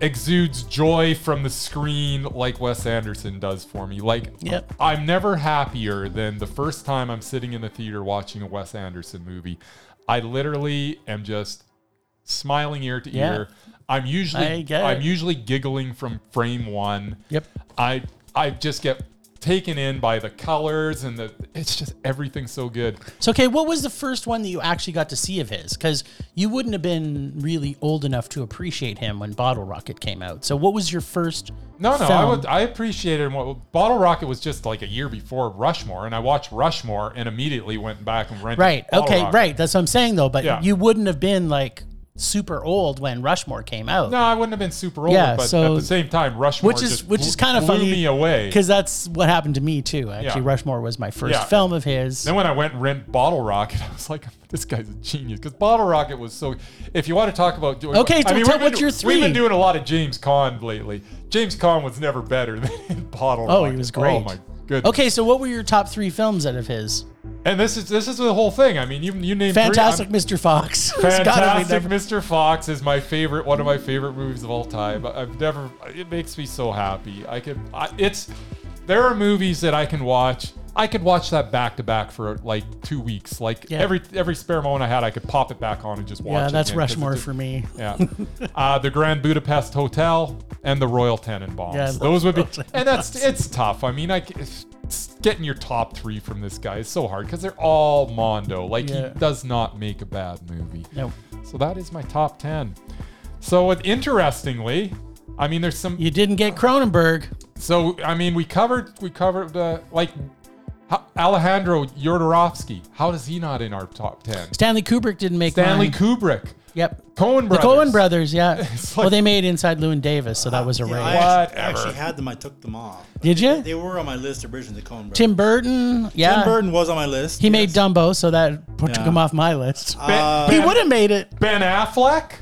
[SPEAKER 1] exudes joy from the screen like Wes Anderson does for me. Like,
[SPEAKER 3] Yep.
[SPEAKER 1] I'm never happier than the first time I'm sitting in the theater watching a Wes Anderson movie. I literally am just smiling ear to
[SPEAKER 3] Yeah.
[SPEAKER 1] ear. I'm usually
[SPEAKER 3] I get it.
[SPEAKER 1] I'm usually giggling from frame one.
[SPEAKER 3] Yep.
[SPEAKER 1] I I just get taken in by the colors and the it's just everything's so good.
[SPEAKER 3] So, okay, what was the first one that you actually got to see of his? Because you wouldn't have been really old enough to appreciate him when Bottle Rocket came out. So, what was your first?
[SPEAKER 1] No, no, I
[SPEAKER 3] film?
[SPEAKER 1] would I appreciated what Bottle Rocket was just like a year before Rushmore, and I watched Rushmore and immediately went back and rented.
[SPEAKER 3] Right.
[SPEAKER 1] Bottle
[SPEAKER 3] okay.
[SPEAKER 1] Rocket.
[SPEAKER 3] Right. That's what I'm saying though. But
[SPEAKER 1] Yeah.
[SPEAKER 3] you wouldn't have been like super old when Rushmore came out.
[SPEAKER 1] No, I wouldn't have been super old,
[SPEAKER 3] Yeah,
[SPEAKER 1] but
[SPEAKER 3] so-
[SPEAKER 1] at the same time, Rushmore
[SPEAKER 3] Which is
[SPEAKER 1] just
[SPEAKER 3] which is kind of
[SPEAKER 1] blew
[SPEAKER 3] funny.
[SPEAKER 1] me away.
[SPEAKER 3] because that's what happened to me too. Actually,
[SPEAKER 1] Yeah.
[SPEAKER 3] Rushmore was my first
[SPEAKER 1] Yeah.
[SPEAKER 3] film of his.
[SPEAKER 1] Then when I went and rent Bottle Rocket, I was like, "This guy's a genius." Because Bottle Rocket was so. If you want to talk about,
[SPEAKER 3] Okay,
[SPEAKER 1] I
[SPEAKER 3] so
[SPEAKER 1] mean,
[SPEAKER 3] tell-
[SPEAKER 1] we've been-
[SPEAKER 3] what's your
[SPEAKER 1] We've been
[SPEAKER 3] three?
[SPEAKER 1] doing a lot of James Caan lately. James Caan was never better than Bottle
[SPEAKER 3] Oh,
[SPEAKER 1] Rocket.
[SPEAKER 3] he was great.
[SPEAKER 1] Oh my goodness.
[SPEAKER 3] Okay, so what were your top three films out of his?
[SPEAKER 1] and this is this is the whole thing. I mean, you you name
[SPEAKER 3] Fantastic Mr. Fox. It's gotta be
[SPEAKER 1] Fantastic
[SPEAKER 3] number-
[SPEAKER 1] Mr. Fox is my favorite, one of my favorite movies of all time. I- I've never, it makes me so happy. I could, I, it's, there are movies that I can watch. I could watch that back to back for like two weeks. Like
[SPEAKER 3] Yeah.
[SPEAKER 1] every every spare moment I had, I could pop it back on and just watch.
[SPEAKER 3] Yeah,
[SPEAKER 1] it
[SPEAKER 3] that's
[SPEAKER 1] again 'cause it
[SPEAKER 3] Rushmore
[SPEAKER 1] just-
[SPEAKER 3] for me.
[SPEAKER 1] Yeah, uh, the Grand Budapest Hotel and the Royal Tenenbaums.
[SPEAKER 3] Yeah, I love
[SPEAKER 1] those would be,
[SPEAKER 3] Royal
[SPEAKER 1] and that's it's tough. I mean, I c- it's- it's getting your top three from this guy is so hard because they're all Mondo. Like
[SPEAKER 3] Yeah.
[SPEAKER 1] he does not make a bad movie.
[SPEAKER 3] No,
[SPEAKER 1] So that is my top 10. So with, interestingly, I mean there's some
[SPEAKER 3] you didn't get Cronenberg.
[SPEAKER 1] so I mean we covered we covered uh, like how, Alejandro Jodorowsky. How does he not in our top 10?
[SPEAKER 3] Stanley Kubrick didn't make
[SPEAKER 1] Stanley
[SPEAKER 3] mine.
[SPEAKER 1] Kubrick,
[SPEAKER 3] Yep.
[SPEAKER 1] Cohen
[SPEAKER 3] The
[SPEAKER 1] brothers.
[SPEAKER 3] Cohen brothers, yeah.
[SPEAKER 1] It's
[SPEAKER 3] well,
[SPEAKER 1] like-
[SPEAKER 3] they made Inside Lewin Davis, so that was a
[SPEAKER 2] Yeah,
[SPEAKER 3] raid.
[SPEAKER 2] I actually,
[SPEAKER 1] Whatever.
[SPEAKER 2] actually had them. I took them off.
[SPEAKER 3] Did you?
[SPEAKER 2] They were on my list originally. The Coen Brothers.
[SPEAKER 3] Tim Burton, yeah.
[SPEAKER 2] Tim Burton was on my list.
[SPEAKER 3] He made Dumbo, so that put, took
[SPEAKER 2] Yeah.
[SPEAKER 3] him off my list.
[SPEAKER 1] Ben,
[SPEAKER 2] Uh,
[SPEAKER 3] he
[SPEAKER 1] Ben-
[SPEAKER 3] would have made it.
[SPEAKER 1] Ben Affleck.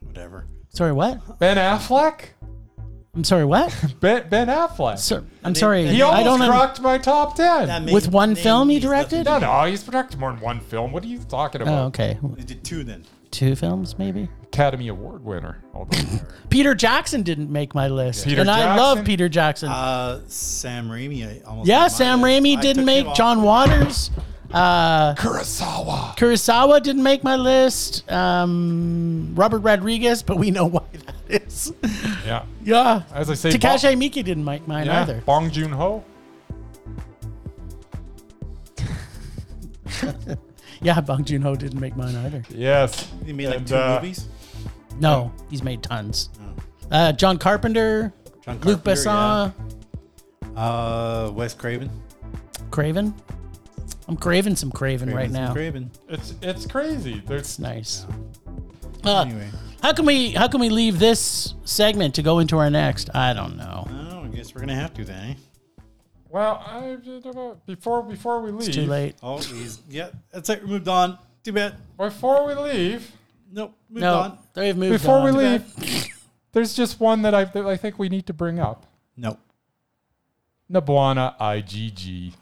[SPEAKER 2] Whatever.
[SPEAKER 3] Sorry, what?
[SPEAKER 1] Ben Affleck.
[SPEAKER 3] I'm sorry, what?
[SPEAKER 1] Ben Ben Affleck.
[SPEAKER 3] Sir, I'm
[SPEAKER 2] they-
[SPEAKER 3] sorry.
[SPEAKER 2] and
[SPEAKER 1] he
[SPEAKER 3] I
[SPEAKER 1] almost
[SPEAKER 3] don't un-
[SPEAKER 1] cracked my top 10.
[SPEAKER 2] That
[SPEAKER 3] With
[SPEAKER 2] made-
[SPEAKER 3] one
[SPEAKER 2] they-
[SPEAKER 3] film he
[SPEAKER 2] he's
[SPEAKER 3] directed?
[SPEAKER 2] nothing-
[SPEAKER 1] no, no, he's produced more than one film. What are you talking about?
[SPEAKER 3] Oh, okay.
[SPEAKER 2] He did two then.
[SPEAKER 3] Two films, maybe?
[SPEAKER 1] Academy Award winner. although-
[SPEAKER 3] Peter Jackson didn't make my list.
[SPEAKER 1] Peter
[SPEAKER 3] and I love
[SPEAKER 1] Jackson?
[SPEAKER 3] Peter Jackson.
[SPEAKER 2] Uh, Sam Raimi I almost. made
[SPEAKER 3] yeah,
[SPEAKER 2] my
[SPEAKER 3] Sam
[SPEAKER 2] list.
[SPEAKER 3] Raimi
[SPEAKER 2] I
[SPEAKER 3] didn't
[SPEAKER 2] took
[SPEAKER 3] make.
[SPEAKER 2] him off.
[SPEAKER 3] John Waters. Uh,
[SPEAKER 1] Kurosawa.
[SPEAKER 3] Kurosawa didn't make my list. Um, Robert Rodriguez, but we know why that is.
[SPEAKER 1] Yeah.
[SPEAKER 3] yeah.
[SPEAKER 1] As I say,
[SPEAKER 3] Takashi Miike didn't make mine
[SPEAKER 1] Yeah,
[SPEAKER 3] either.
[SPEAKER 1] Bong Joon Ho.
[SPEAKER 3] Yeah, Bong Joon Ho didn't make mine either.
[SPEAKER 1] Yes.
[SPEAKER 2] He made like
[SPEAKER 1] And,
[SPEAKER 2] two
[SPEAKER 1] uh,
[SPEAKER 2] movies.
[SPEAKER 3] No, he's made tons. Uh, John Carpenter,
[SPEAKER 2] John
[SPEAKER 3] Luke
[SPEAKER 2] Carpenter,
[SPEAKER 3] Besson,
[SPEAKER 2] yeah. Uh, Wes Craven.
[SPEAKER 3] Craven. I'm craving some Craven right
[SPEAKER 2] Craven's
[SPEAKER 3] now.
[SPEAKER 2] Craven.
[SPEAKER 1] It's it's crazy.
[SPEAKER 3] It's
[SPEAKER 1] There's
[SPEAKER 3] nice. Uh,
[SPEAKER 2] Anyway.
[SPEAKER 3] How can we how can we leave this segment to go into our next? I don't know.
[SPEAKER 2] Oh, I guess we're gonna have to then. Eh?
[SPEAKER 1] well, I, before before we leave,
[SPEAKER 3] It's too late.
[SPEAKER 2] Oh, he's yeah. That's it. We moved on. Too bad.
[SPEAKER 1] Before we leave,
[SPEAKER 2] Nope. Moved
[SPEAKER 3] No,
[SPEAKER 2] on.
[SPEAKER 3] they've moved
[SPEAKER 1] before we
[SPEAKER 3] on.
[SPEAKER 1] leave, there's just one that I that I think we need to bring up.
[SPEAKER 2] Nope.
[SPEAKER 1] Nabuana IGG.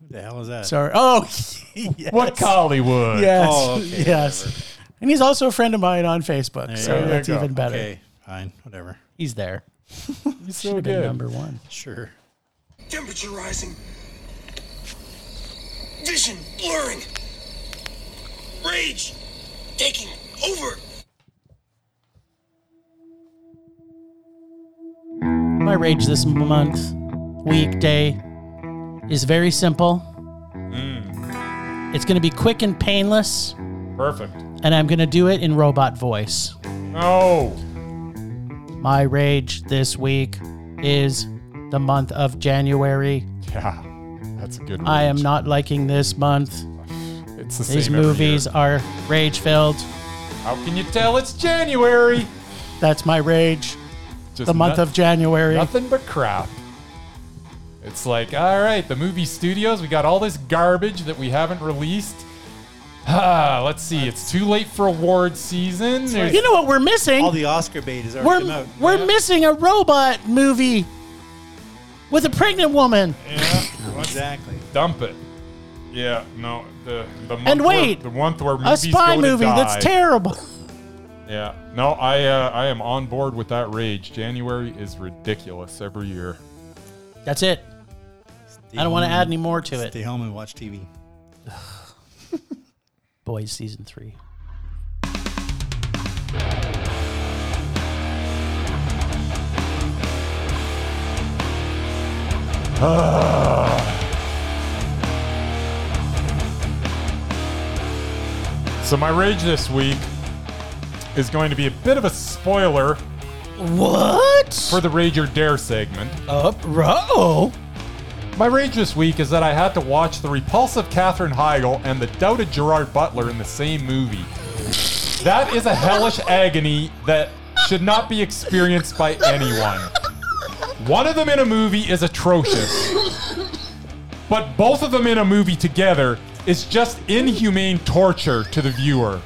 [SPEAKER 2] Who the hell is that?
[SPEAKER 3] Sorry. Oh, yes.
[SPEAKER 1] What Hollywood?
[SPEAKER 3] Yes.
[SPEAKER 2] Oh, okay,
[SPEAKER 3] yes. And he's also a friend of mine on Facebook,
[SPEAKER 2] There
[SPEAKER 3] so
[SPEAKER 2] you
[SPEAKER 3] that's
[SPEAKER 1] go.
[SPEAKER 3] even better.
[SPEAKER 2] Okay. Fine. Whatever.
[SPEAKER 3] He's there.
[SPEAKER 1] He's
[SPEAKER 3] Should
[SPEAKER 1] so
[SPEAKER 3] have been
[SPEAKER 1] good.
[SPEAKER 3] number one.
[SPEAKER 2] Sure.
[SPEAKER 4] Temperature rising. Vision blurring. Rage taking over.
[SPEAKER 3] My rage this m- month, week, day, is very simple. It's going to be quick and painless,
[SPEAKER 1] Perfect.
[SPEAKER 3] and I'm going to do it in robot voice.
[SPEAKER 1] No.
[SPEAKER 3] My rage this week is the month of January.
[SPEAKER 1] Yeah. That's a good one.
[SPEAKER 3] I am not liking this month.
[SPEAKER 1] It's the
[SPEAKER 3] These
[SPEAKER 1] same every
[SPEAKER 3] movies
[SPEAKER 1] year.
[SPEAKER 3] are rage filled.
[SPEAKER 1] How can you tell it's January?
[SPEAKER 3] That's my rage.
[SPEAKER 1] Just
[SPEAKER 3] The month
[SPEAKER 1] nut-
[SPEAKER 3] of January.
[SPEAKER 1] Nothing but crap. It's like, all right, the movie studios, we got all this garbage that we haven't released. Ah, let's see. It's too late for award season. There's-
[SPEAKER 3] You know what we're missing?
[SPEAKER 2] All the Oscar bait has already come
[SPEAKER 3] We're
[SPEAKER 2] out.
[SPEAKER 3] we're missing a robot movie with a pregnant woman.
[SPEAKER 2] Exactly.
[SPEAKER 1] Dump it. Yeah, no. The, the month
[SPEAKER 3] And wait,
[SPEAKER 1] where, the month where
[SPEAKER 3] A
[SPEAKER 1] movies
[SPEAKER 3] spy
[SPEAKER 1] go
[SPEAKER 3] movie
[SPEAKER 1] to die.
[SPEAKER 3] that's terrible.
[SPEAKER 1] Yeah. No, I uh, I am on board with that rage. January is ridiculous every year.
[SPEAKER 3] That's it. I don't want to add any more to
[SPEAKER 2] Stay
[SPEAKER 3] it.
[SPEAKER 2] home and watch TV.
[SPEAKER 3] Boys season 3.
[SPEAKER 1] So my rage this week is going to be a bit of a spoiler
[SPEAKER 3] What?
[SPEAKER 1] for the Rage or Dare segment.
[SPEAKER 3] Up row.
[SPEAKER 1] My rage this week is that I had to watch the repulsive Katherine Heigl and the doubted Gerard Butler in the same movie. That is a hellish agony that should not be experienced by anyone. One of them in a movie is atrocious, but both of them in a movie together is just inhumane torture to the viewer.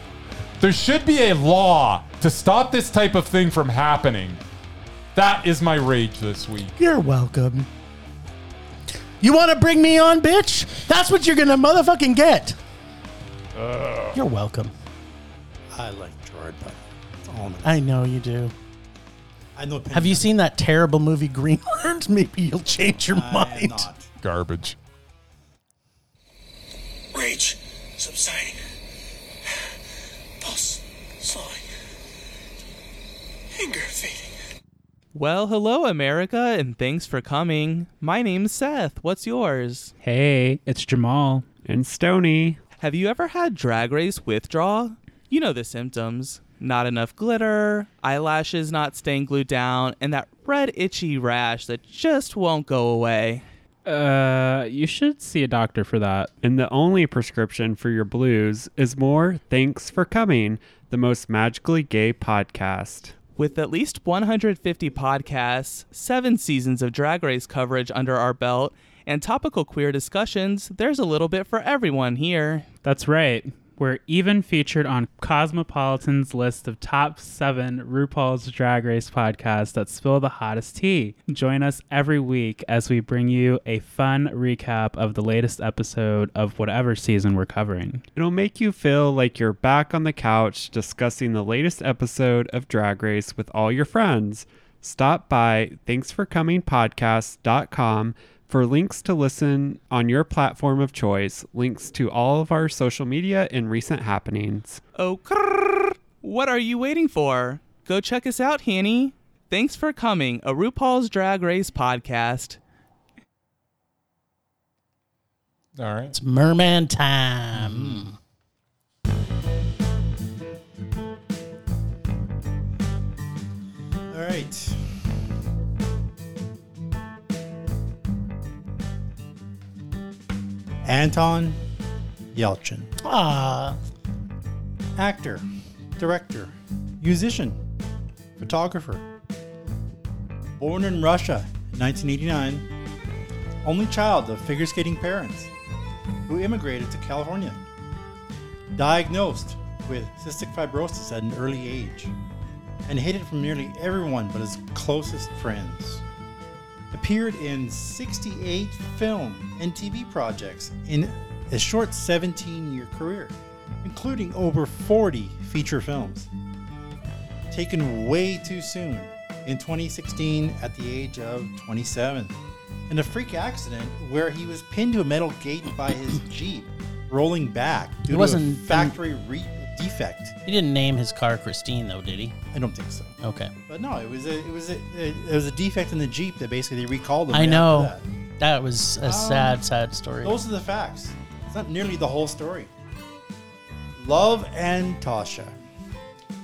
[SPEAKER 1] There should be a law to stop this type of thing from happening. That is my rage this week.
[SPEAKER 3] You're welcome. You want to bring me on, bitch? That's what you're going to motherfucking get. You're welcome.
[SPEAKER 2] I like Gerard Butler. All in it.
[SPEAKER 3] I know you do.
[SPEAKER 2] I know. Penny
[SPEAKER 3] Have you seen that terrible movie Greenland? Maybe you'll change your
[SPEAKER 2] I am
[SPEAKER 3] mind.
[SPEAKER 2] not.
[SPEAKER 1] Garbage.
[SPEAKER 4] Rage subsiding. Pulse slowing. Anger fading.
[SPEAKER 5] Well, hello, America, and thanks for coming. My name's Seth. What's yours?
[SPEAKER 6] Hey, it's Jamal. And Stony.
[SPEAKER 5] Have you ever had drag race withdrawal? You know the symptoms not enough glitter, eyelashes not staying glued down, and that red itchy rash that just won't go away.
[SPEAKER 6] Uh, you should see a doctor for that.
[SPEAKER 7] And the only prescription for your blues is more Thanks for Coming, the most magically gay podcast.
[SPEAKER 5] With at least 150 podcasts, seven seasons of drag race coverage under our belt, and topical queer discussions, there's a little bit for everyone here.
[SPEAKER 6] That's right. We're even featured on Cosmopolitan's list of top seven RuPaul's Drag Race podcasts that spill the hottest tea. Join us every week as we bring you a fun recap of the latest episode of whatever season we're covering.
[SPEAKER 7] It'll make you feel like you're back on the couch discussing the latest episode of Drag Race with all your friends. Stop by thanksforcomingpodcast.com for links to listen on your platform of choice, links to all of our social media and recent happenings.
[SPEAKER 5] Oh, crrrr. what are you waiting for? Go check us out, Hanny. Thanks for coming, a RuPaul's Drag Race podcast.
[SPEAKER 1] All right.
[SPEAKER 3] It's merman time.
[SPEAKER 2] All right. Anton Yelchin,
[SPEAKER 3] Ah,
[SPEAKER 2] actor, director, musician, photographer. Born in Russia in 1989, only child of figure skating parents who immigrated to California. Diagnosed with cystic fibrosis at an early age and hated from nearly everyone but his closest friends. Appeared in 68 film and TV projects in a short 17 year career, including over 40 feature films. Taken way too soon in 2016 at the age of 27. in a freak accident where he was pinned to a metal gate by his Jeep, rolling back due to a
[SPEAKER 3] wasn't-
[SPEAKER 2] factory re- defect.
[SPEAKER 3] He didn't name his car Christine, though, did he?
[SPEAKER 2] I don't think so.
[SPEAKER 3] Okay.
[SPEAKER 2] But no, it was a it was a, it was a defect in the Jeep that basically they recalled him.
[SPEAKER 3] I
[SPEAKER 2] right after
[SPEAKER 3] know.
[SPEAKER 2] that.
[SPEAKER 3] That. was a sad, sad story.
[SPEAKER 2] Those are the facts. It's not nearly the whole story. Love and Tasha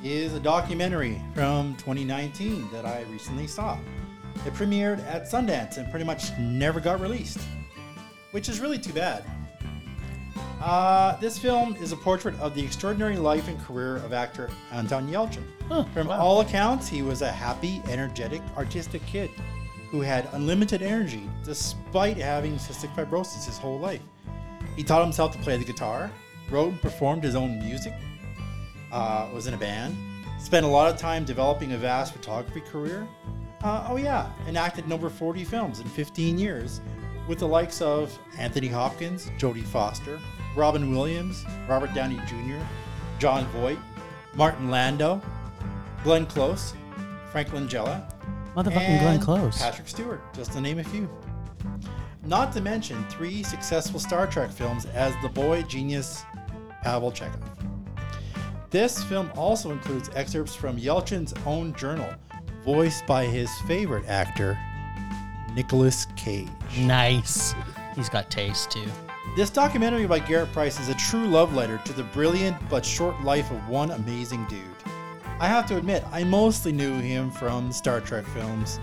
[SPEAKER 2] is a documentary from 2019 that I recently saw. It premiered at Sundance and pretty much never got released, which is really too bad. Uh, this film is a portrait of the extraordinary life and career of actor Anton Yelchin. From all accounts, he was a happy, energetic, artistic kid who had unlimited energy despite having cystic fibrosis his whole life. He taught himself to play the guitar, wrote and performed his own music, uh, was in a band, spent a lot of time developing a vast photography career. Uh, oh, yeah, and acted in over 40 films in 15 years with the likes of Anthony Hopkins, Jodie Foster, Robin Williams, Robert Downey Jr., John Voight, Martin Landau, Glenn Close, Frank Langella,
[SPEAKER 3] Motherfucking Glenn
[SPEAKER 2] and
[SPEAKER 3] Close.
[SPEAKER 2] Patrick Stewart, just to name a few. Not to mention three successful Star Trek films as the boy genius Pavel Chekhov. This film also includes excerpts from Yelchin's own journal, voiced by his favorite actor, Nicolas Cage.
[SPEAKER 3] Nice. He's got taste, too.
[SPEAKER 2] This documentary by Garrett Price is a true love letter to the brilliant but short life of one amazing dude. I have to admit, I mostly knew him from the Star Trek films.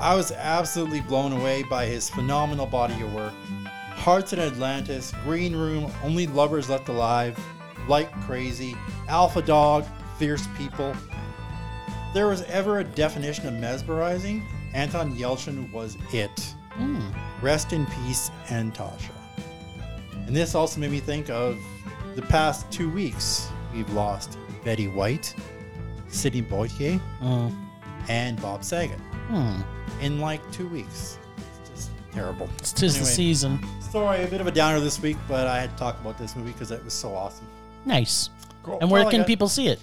[SPEAKER 2] I was absolutely blown away by his phenomenal body of work. Hearts in Atlantis, Green Room, Only Lovers Left Alive, Like Crazy, Alpha Dog, Fierce People. There was ever a definition of mesmerizing, Anton Yelchin was it. Rest in peace, and Tasha. And this also made me think of the past two weeks. We've lost Betty White, Sidney Poitier,
[SPEAKER 3] Mm.
[SPEAKER 2] and Bob Saget
[SPEAKER 3] Hmm.
[SPEAKER 2] in like two weeks. It's just terrible.
[SPEAKER 3] It's tis the
[SPEAKER 2] Anyway.
[SPEAKER 3] season.
[SPEAKER 2] Sorry, a bit of a downer this week, but I had to talk about this movie because it was so awesome.
[SPEAKER 3] Nice.
[SPEAKER 2] Cool.
[SPEAKER 3] And where
[SPEAKER 2] Well, I
[SPEAKER 3] can
[SPEAKER 2] got-
[SPEAKER 3] people see it?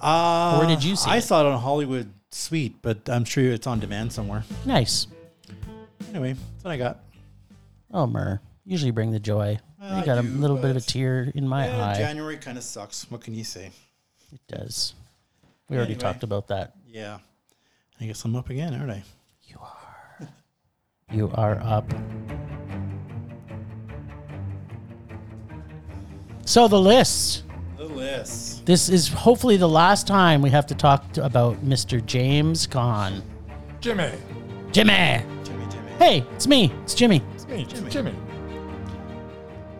[SPEAKER 2] Uh,
[SPEAKER 3] Where did you see
[SPEAKER 2] I
[SPEAKER 3] it?
[SPEAKER 2] saw it on Hollywood Suite, but I'm sure it's on demand somewhere.
[SPEAKER 3] Nice.
[SPEAKER 2] Anyway, that's what I got.
[SPEAKER 3] Oh, Mer. Usually bring the joy.
[SPEAKER 2] Well,
[SPEAKER 3] I got a
[SPEAKER 2] I do,
[SPEAKER 3] little bit of a
[SPEAKER 2] but-
[SPEAKER 3] tear in my
[SPEAKER 2] Uh, Yeah,
[SPEAKER 3] eye.
[SPEAKER 2] Uh, January kind of sucks. What can you say?
[SPEAKER 3] it does. We already
[SPEAKER 2] Anyway.
[SPEAKER 3] talked about that.
[SPEAKER 2] Yeah. I guess I'm up again, aren't I?
[SPEAKER 3] You are up. So the list.
[SPEAKER 2] The list.
[SPEAKER 3] This is hopefully the last time we have to talk to, about Mr. James Caan.
[SPEAKER 1] Jimmy.
[SPEAKER 3] Jimmy.
[SPEAKER 2] Jimmy, Jimmy.
[SPEAKER 3] Hey, it's me. It's Jimmy.
[SPEAKER 1] It's me, Jimmy.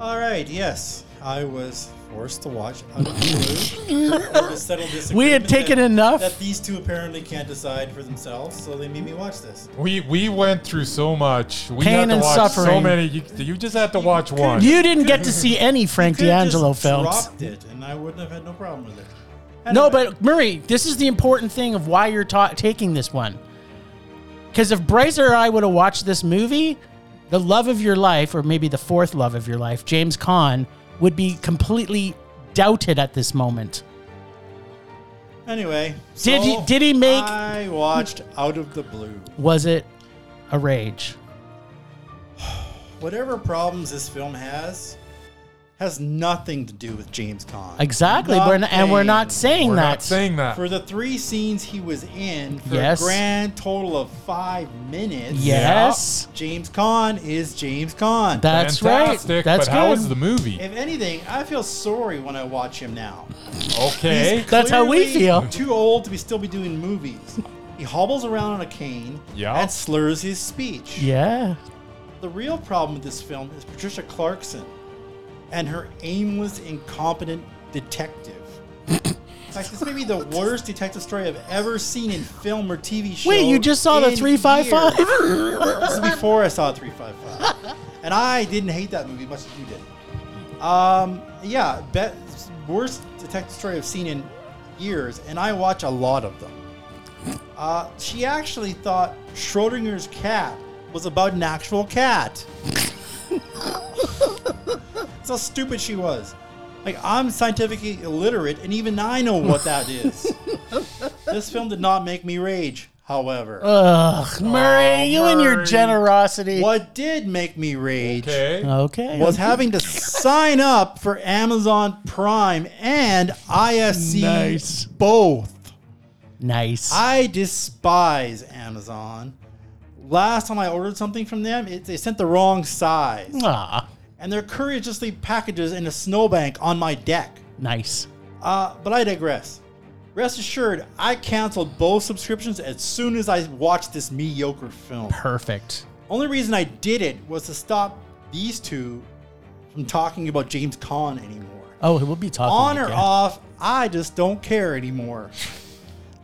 [SPEAKER 2] All right, yes, I was forced to watch a clue or to settle
[SPEAKER 3] We had
[SPEAKER 2] disagreement
[SPEAKER 3] taken
[SPEAKER 2] that-
[SPEAKER 3] enough.
[SPEAKER 2] that these two apparently can't decide for themselves, so they made me watch this.
[SPEAKER 1] We we went through so much. We
[SPEAKER 3] Pain
[SPEAKER 1] had to
[SPEAKER 3] and
[SPEAKER 1] watch so
[SPEAKER 3] suffering.
[SPEAKER 1] many. You, you just had to watch one.
[SPEAKER 3] You didn't get to see any Frank
[SPEAKER 2] Could have just
[SPEAKER 3] D'Angelo films.
[SPEAKER 2] Dropped it, and I wouldn't have had no problem with it.
[SPEAKER 3] No,
[SPEAKER 2] Anyway,
[SPEAKER 3] but Murray, this is the important thing of why you're ta- taking this one. Because if Brazier or I would have watched this movie, the love of your life, or maybe the fourth love of your life, James Caan, would be completely doubted at this moment.
[SPEAKER 2] anyway,
[SPEAKER 3] Did he-
[SPEAKER 2] so
[SPEAKER 3] did he make-
[SPEAKER 2] I watched Out of the Blue.
[SPEAKER 3] Was it a rage?
[SPEAKER 2] Whatever problems this film has. Has nothing to do with James Caan.
[SPEAKER 3] Exactly. We're n- and we're not
[SPEAKER 2] Nothing.
[SPEAKER 3] saying
[SPEAKER 1] We're
[SPEAKER 3] that.
[SPEAKER 1] not saying that.
[SPEAKER 2] for the three scenes he was in for
[SPEAKER 3] Yes.
[SPEAKER 2] a grand total of five minutes.
[SPEAKER 3] Yes.
[SPEAKER 2] James Caan is James Caan.
[SPEAKER 3] That's right.
[SPEAKER 1] Fantastic,
[SPEAKER 3] That's
[SPEAKER 1] but how is
[SPEAKER 3] good.
[SPEAKER 1] the movie?
[SPEAKER 2] if anything, I feel sorry when I watch him now.
[SPEAKER 1] Okay.
[SPEAKER 2] He's
[SPEAKER 3] That's how we
[SPEAKER 2] clearly
[SPEAKER 3] feel.
[SPEAKER 2] Too old to be still be doing movies. He hobbles around on a cane
[SPEAKER 1] Yeah.
[SPEAKER 2] and slurs his speech.
[SPEAKER 3] yeah.
[SPEAKER 2] The real problem with this film is Patricia Clarkson and her aimless, incompetent detective. In fact, this may be the worst detective story I've ever seen in film or TV show.
[SPEAKER 3] Wait, you just saw the
[SPEAKER 2] in
[SPEAKER 3] three five five?
[SPEAKER 2] years. This is before I saw 355. And I didn't hate that movie much as you did. Um, yeah, bet, worst detective story I've seen in years, and I watch a lot of them. Uh, she actually thought Schrodinger's cat was about an actual cat. That's how stupid she was. Like, I'm scientifically illiterate, and even I know what that is. this film did not make me rage. however.
[SPEAKER 3] Ugh, Murray, you and your
[SPEAKER 1] Murray.
[SPEAKER 3] generosity.
[SPEAKER 2] what did make me rage
[SPEAKER 1] Okay.
[SPEAKER 3] Okay.
[SPEAKER 2] was having to sign up for Amazon Prime and ISC
[SPEAKER 3] Nice.
[SPEAKER 2] both.
[SPEAKER 3] nice.
[SPEAKER 2] I despise Amazon. Last time I ordered something from them, it, they sent the wrong size.
[SPEAKER 3] Ah,
[SPEAKER 2] And their couriers just leave packages in a snowbank on my deck.
[SPEAKER 3] nice.
[SPEAKER 2] Uh, but I digress. Rest assured, I canceled both subscriptions as soon as I watched this mediocre film.
[SPEAKER 3] Perfect.
[SPEAKER 2] Only reason I did it was to stop these two from talking about James Caan anymore.
[SPEAKER 3] Oh, we'll be talking.
[SPEAKER 2] On or
[SPEAKER 3] again.
[SPEAKER 2] off, I just don't care anymore.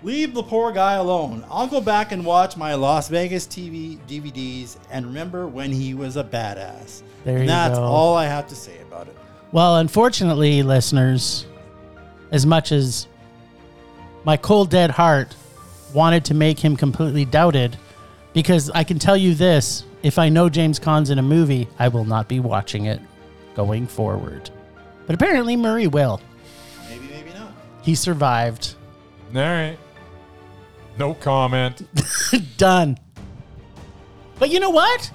[SPEAKER 2] Leave the poor guy alone. I'll go back and watch my Las Vegas TV DVDs and remember when he was a badass.
[SPEAKER 3] There
[SPEAKER 2] and
[SPEAKER 3] you
[SPEAKER 2] that's
[SPEAKER 3] go.
[SPEAKER 2] all I have to say about it.
[SPEAKER 3] Well, unfortunately, listeners, as much as my cold dead heart wanted to make him completely doubted, because I can tell you this if I know James Caan's in a movie, I will not be watching it going forward. But apparently, Murray will.
[SPEAKER 2] Maybe, maybe not.
[SPEAKER 3] He survived.
[SPEAKER 1] All right. No comment.
[SPEAKER 3] Done. But you know what?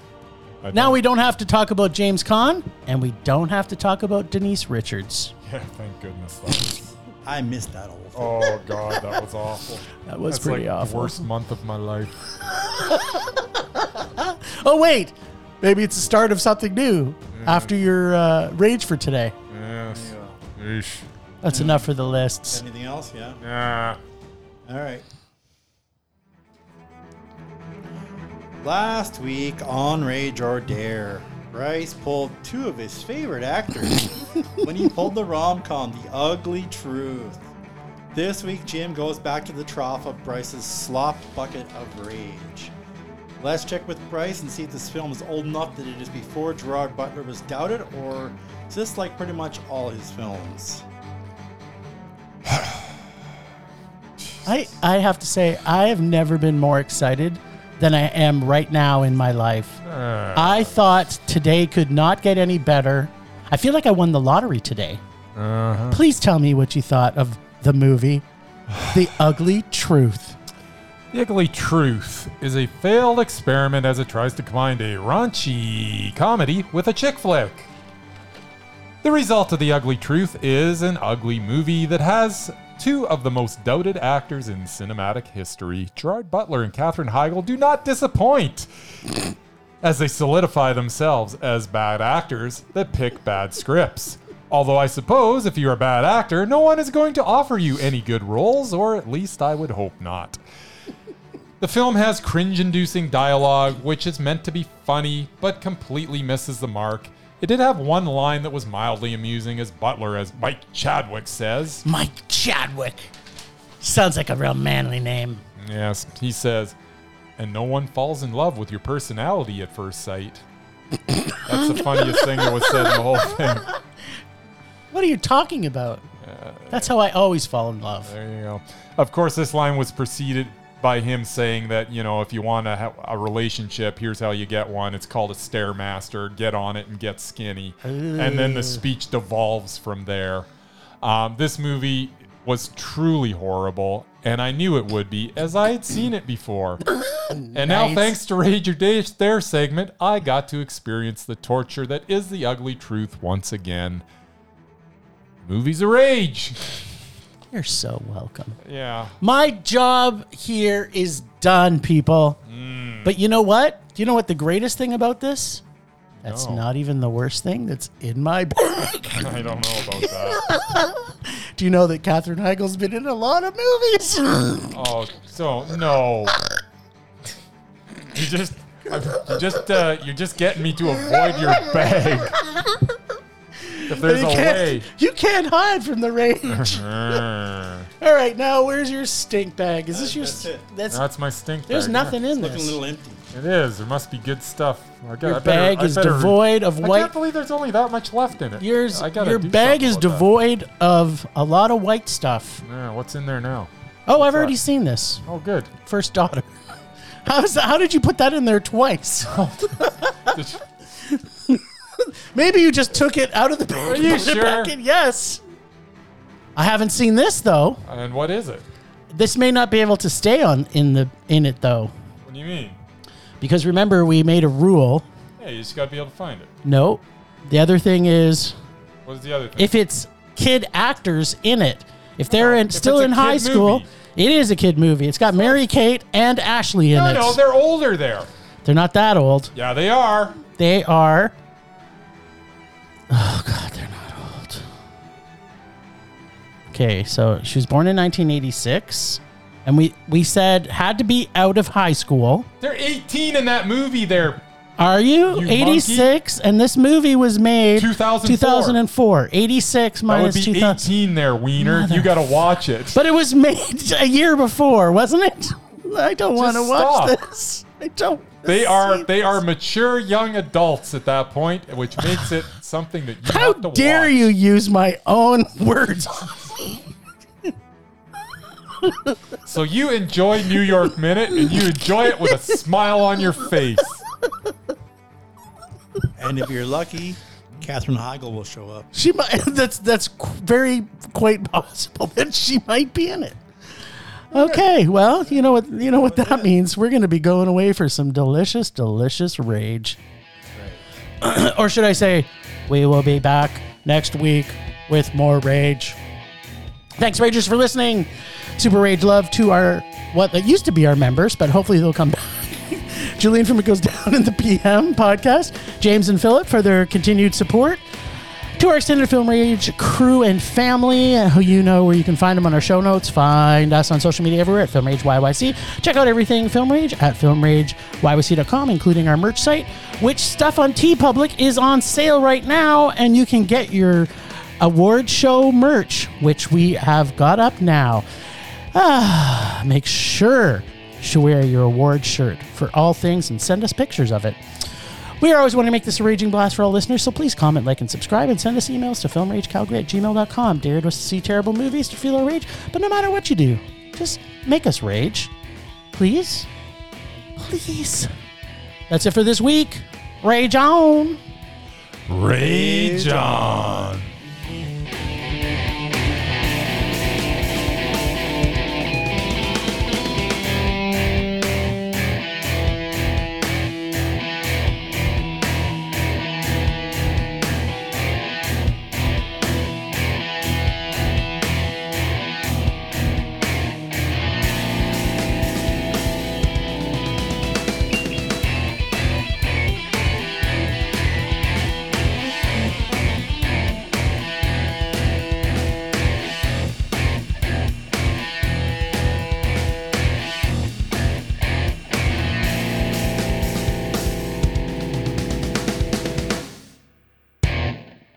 [SPEAKER 1] I
[SPEAKER 3] Now
[SPEAKER 1] think-
[SPEAKER 3] we don't have to talk about James Caan, and we don't have to talk about Denise Richards.
[SPEAKER 1] Yeah, thank goodness. That was,
[SPEAKER 2] I missed that whole thing.
[SPEAKER 1] oh God, that was awful.
[SPEAKER 3] That was
[SPEAKER 1] That's
[SPEAKER 3] pretty
[SPEAKER 1] like
[SPEAKER 3] awful.
[SPEAKER 1] the worst month of my life.
[SPEAKER 3] Oh wait, maybe it's the start of something new after your uh, rage for today.
[SPEAKER 1] Yes. Eesh.
[SPEAKER 3] That's enough for the lists.
[SPEAKER 2] Anything else? Yeah.
[SPEAKER 1] Nah.
[SPEAKER 2] All right. Last week on Rage or Dare, Bryce pulled two of his favorite actors when he pulled the rom com The Ugly Truth. This week, Jim goes back to the trough of Bryce's slop bucket of rage. Let's check with Bryce and see if this film is old enough that it is before Gerard Butler was doubted, or is this like pretty much all his films?
[SPEAKER 3] I, I have to say I have never been more excited than I am right now in my life.
[SPEAKER 1] Uh.
[SPEAKER 3] I thought today could not get any better. I feel like I won the lottery today.
[SPEAKER 1] Uh-huh.
[SPEAKER 3] Please tell me what you thought of the movie, The Ugly Truth.
[SPEAKER 1] The Ugly Truth is a failed experiment as it tries to combine a raunchy comedy with a chick flick. The result of The Ugly Truth is an ugly movie that has two of the most doubted actors in cinematic history. Gerard Butler and Katherine Heigl do not disappoint as they solidify themselves as bad actors that pick bad scripts. Although I suppose if you're a bad actor, no one is going to offer you any good roles, or at least I would hope not. The film has cringe inducing dialogue, which is meant to be funny, but completely misses the mark. It did have one line that was mildly amusing as Butler, as Mike Chadwick says.
[SPEAKER 3] Mike Chadwick. Sounds like a real manly name.
[SPEAKER 1] Yes, he says, and no one falls in love with your personality at first sight. That's the funniest thing that was said in the whole thing.
[SPEAKER 3] What are you talking about? That's how I always fall in love.
[SPEAKER 1] There you go. Of course, this line was preceded by him saying that, you know, if you want to have a relationship, here's how you get one. It's called a Stairmaster. Get on it and get skinny. And then the speech devolves from there. Um, this movie was truly horrible, and I knew it would be, as I had seen it before. And now,
[SPEAKER 3] Nice.
[SPEAKER 1] thanks to Rage Your Day Stare segment, I got to experience the torture that is the ugly truth once again. Movies a rage.
[SPEAKER 3] You're so welcome.
[SPEAKER 1] Yeah.
[SPEAKER 3] My job here is done, people.
[SPEAKER 1] Mm.
[SPEAKER 3] But you know what? Do you know what the greatest thing about this? That's
[SPEAKER 1] No.
[SPEAKER 3] not even the worst thing that's in my bag.
[SPEAKER 1] I don't know about that.
[SPEAKER 3] Do you know that Katherine Heigl's been in a lot of movies?
[SPEAKER 1] Oh, so no. You just, you just, uh, you're just getting me to avoid your bag. If there's
[SPEAKER 3] you,
[SPEAKER 1] a way.
[SPEAKER 3] can't, you can't hide from the rage. All right, now where's your stink bag? Is this your?
[SPEAKER 2] That's
[SPEAKER 3] st-
[SPEAKER 2] it.
[SPEAKER 3] That's
[SPEAKER 1] That's my stink.
[SPEAKER 3] there's
[SPEAKER 1] bag,
[SPEAKER 3] nothing in
[SPEAKER 2] Looking a
[SPEAKER 3] this.
[SPEAKER 2] little empty.
[SPEAKER 1] yeah. It is. There must be good stuff. I got,
[SPEAKER 3] Your
[SPEAKER 1] I better-
[SPEAKER 3] bag
[SPEAKER 1] I
[SPEAKER 3] is
[SPEAKER 1] better-
[SPEAKER 3] devoid of
[SPEAKER 1] I
[SPEAKER 3] white.
[SPEAKER 1] can't believe there's only that much left in it.
[SPEAKER 3] Yours,
[SPEAKER 1] I gotta
[SPEAKER 3] your
[SPEAKER 1] do
[SPEAKER 3] bag
[SPEAKER 1] something
[SPEAKER 3] is
[SPEAKER 1] about that.
[SPEAKER 3] devoid of a lot of white stuff.
[SPEAKER 1] Yeah, what's in there now?
[SPEAKER 3] Oh, I've
[SPEAKER 1] that?
[SPEAKER 3] already seen this.
[SPEAKER 1] Oh, good.
[SPEAKER 3] First daughter. How's that, how did you put that in there twice? Maybe you just took it out of the bag.
[SPEAKER 1] Are you
[SPEAKER 3] and put it back
[SPEAKER 1] sure?
[SPEAKER 3] in. Yes. I haven't seen this though.
[SPEAKER 1] And what is it?
[SPEAKER 3] This may not be able to stay on in the in it though,
[SPEAKER 1] What do you mean?
[SPEAKER 3] because remember we made a rule.
[SPEAKER 1] Yeah, you just got to be able to find it.
[SPEAKER 3] No, the other thing is
[SPEAKER 1] What is the other thing?
[SPEAKER 3] if it's kid actors in it, if they're in,
[SPEAKER 1] If
[SPEAKER 3] still
[SPEAKER 1] it's a
[SPEAKER 3] in high
[SPEAKER 1] kid
[SPEAKER 3] school,
[SPEAKER 1] movie.
[SPEAKER 3] it is a kid movie. It's got Mary Kate and Ashley in
[SPEAKER 1] no,
[SPEAKER 3] it.
[SPEAKER 1] no, they're older there.
[SPEAKER 3] they're not that old.
[SPEAKER 1] Yeah, they are.
[SPEAKER 3] They are. Oh God, they're not old. Okay, so she was born in 1986, and we we said had to be out of high school.
[SPEAKER 1] They're 18 in that movie there.
[SPEAKER 3] Are you,
[SPEAKER 1] You
[SPEAKER 3] 86? And this movie was made
[SPEAKER 1] 2004.
[SPEAKER 3] 2004. 86
[SPEAKER 1] That would
[SPEAKER 3] minus
[SPEAKER 1] be
[SPEAKER 3] 2000.
[SPEAKER 1] 18 there, Wiener. You got to watch it.
[SPEAKER 3] But it was made a year before, wasn't it? I don't want to watch
[SPEAKER 1] stop.
[SPEAKER 3] this. I don't.
[SPEAKER 1] they are
[SPEAKER 3] see
[SPEAKER 1] they are mature young adults at that point, which makes it something that you
[SPEAKER 3] How
[SPEAKER 1] have to
[SPEAKER 3] dare
[SPEAKER 1] watch.
[SPEAKER 3] you use my own words?
[SPEAKER 1] So you enjoy New York Minute and you enjoy it with a smile on your face.
[SPEAKER 2] And if you're lucky, Catherine Heigl will show up.
[SPEAKER 3] She might. That's that's qu- very quite possible that she might be in it. Okay, well, you know what you know what that means. We're going to be going away for some delicious, delicious rage, or should I say, we will be back next week with more rage. Thanks, Ragers, for listening. Super Rage love to our what that used to be our members, but hopefully they'll come back. Julian from It Goes Down in the PM podcast, James and Philip for their continued support to our extended film rage crew and family who you know where you can find them on our show notes find us on social media everywhere at film rage yyc check out everything film rage at filmrageyyc.com including our merch site which stuff on t public is on sale right now and you can get your award show merch which we have got up now ah, make sure to wear your award shirt for all things and send us pictures of it we are always wanting to make this a raging blast for all listeners, so please comment, like, and subscribe, and send us emails to filmragecalgary at gmail.com. Dared us to see terrible movies to feel our rage, but no matter what you do, just make us rage. Please? Please. That's it for this week. Rage on!
[SPEAKER 1] Rage on.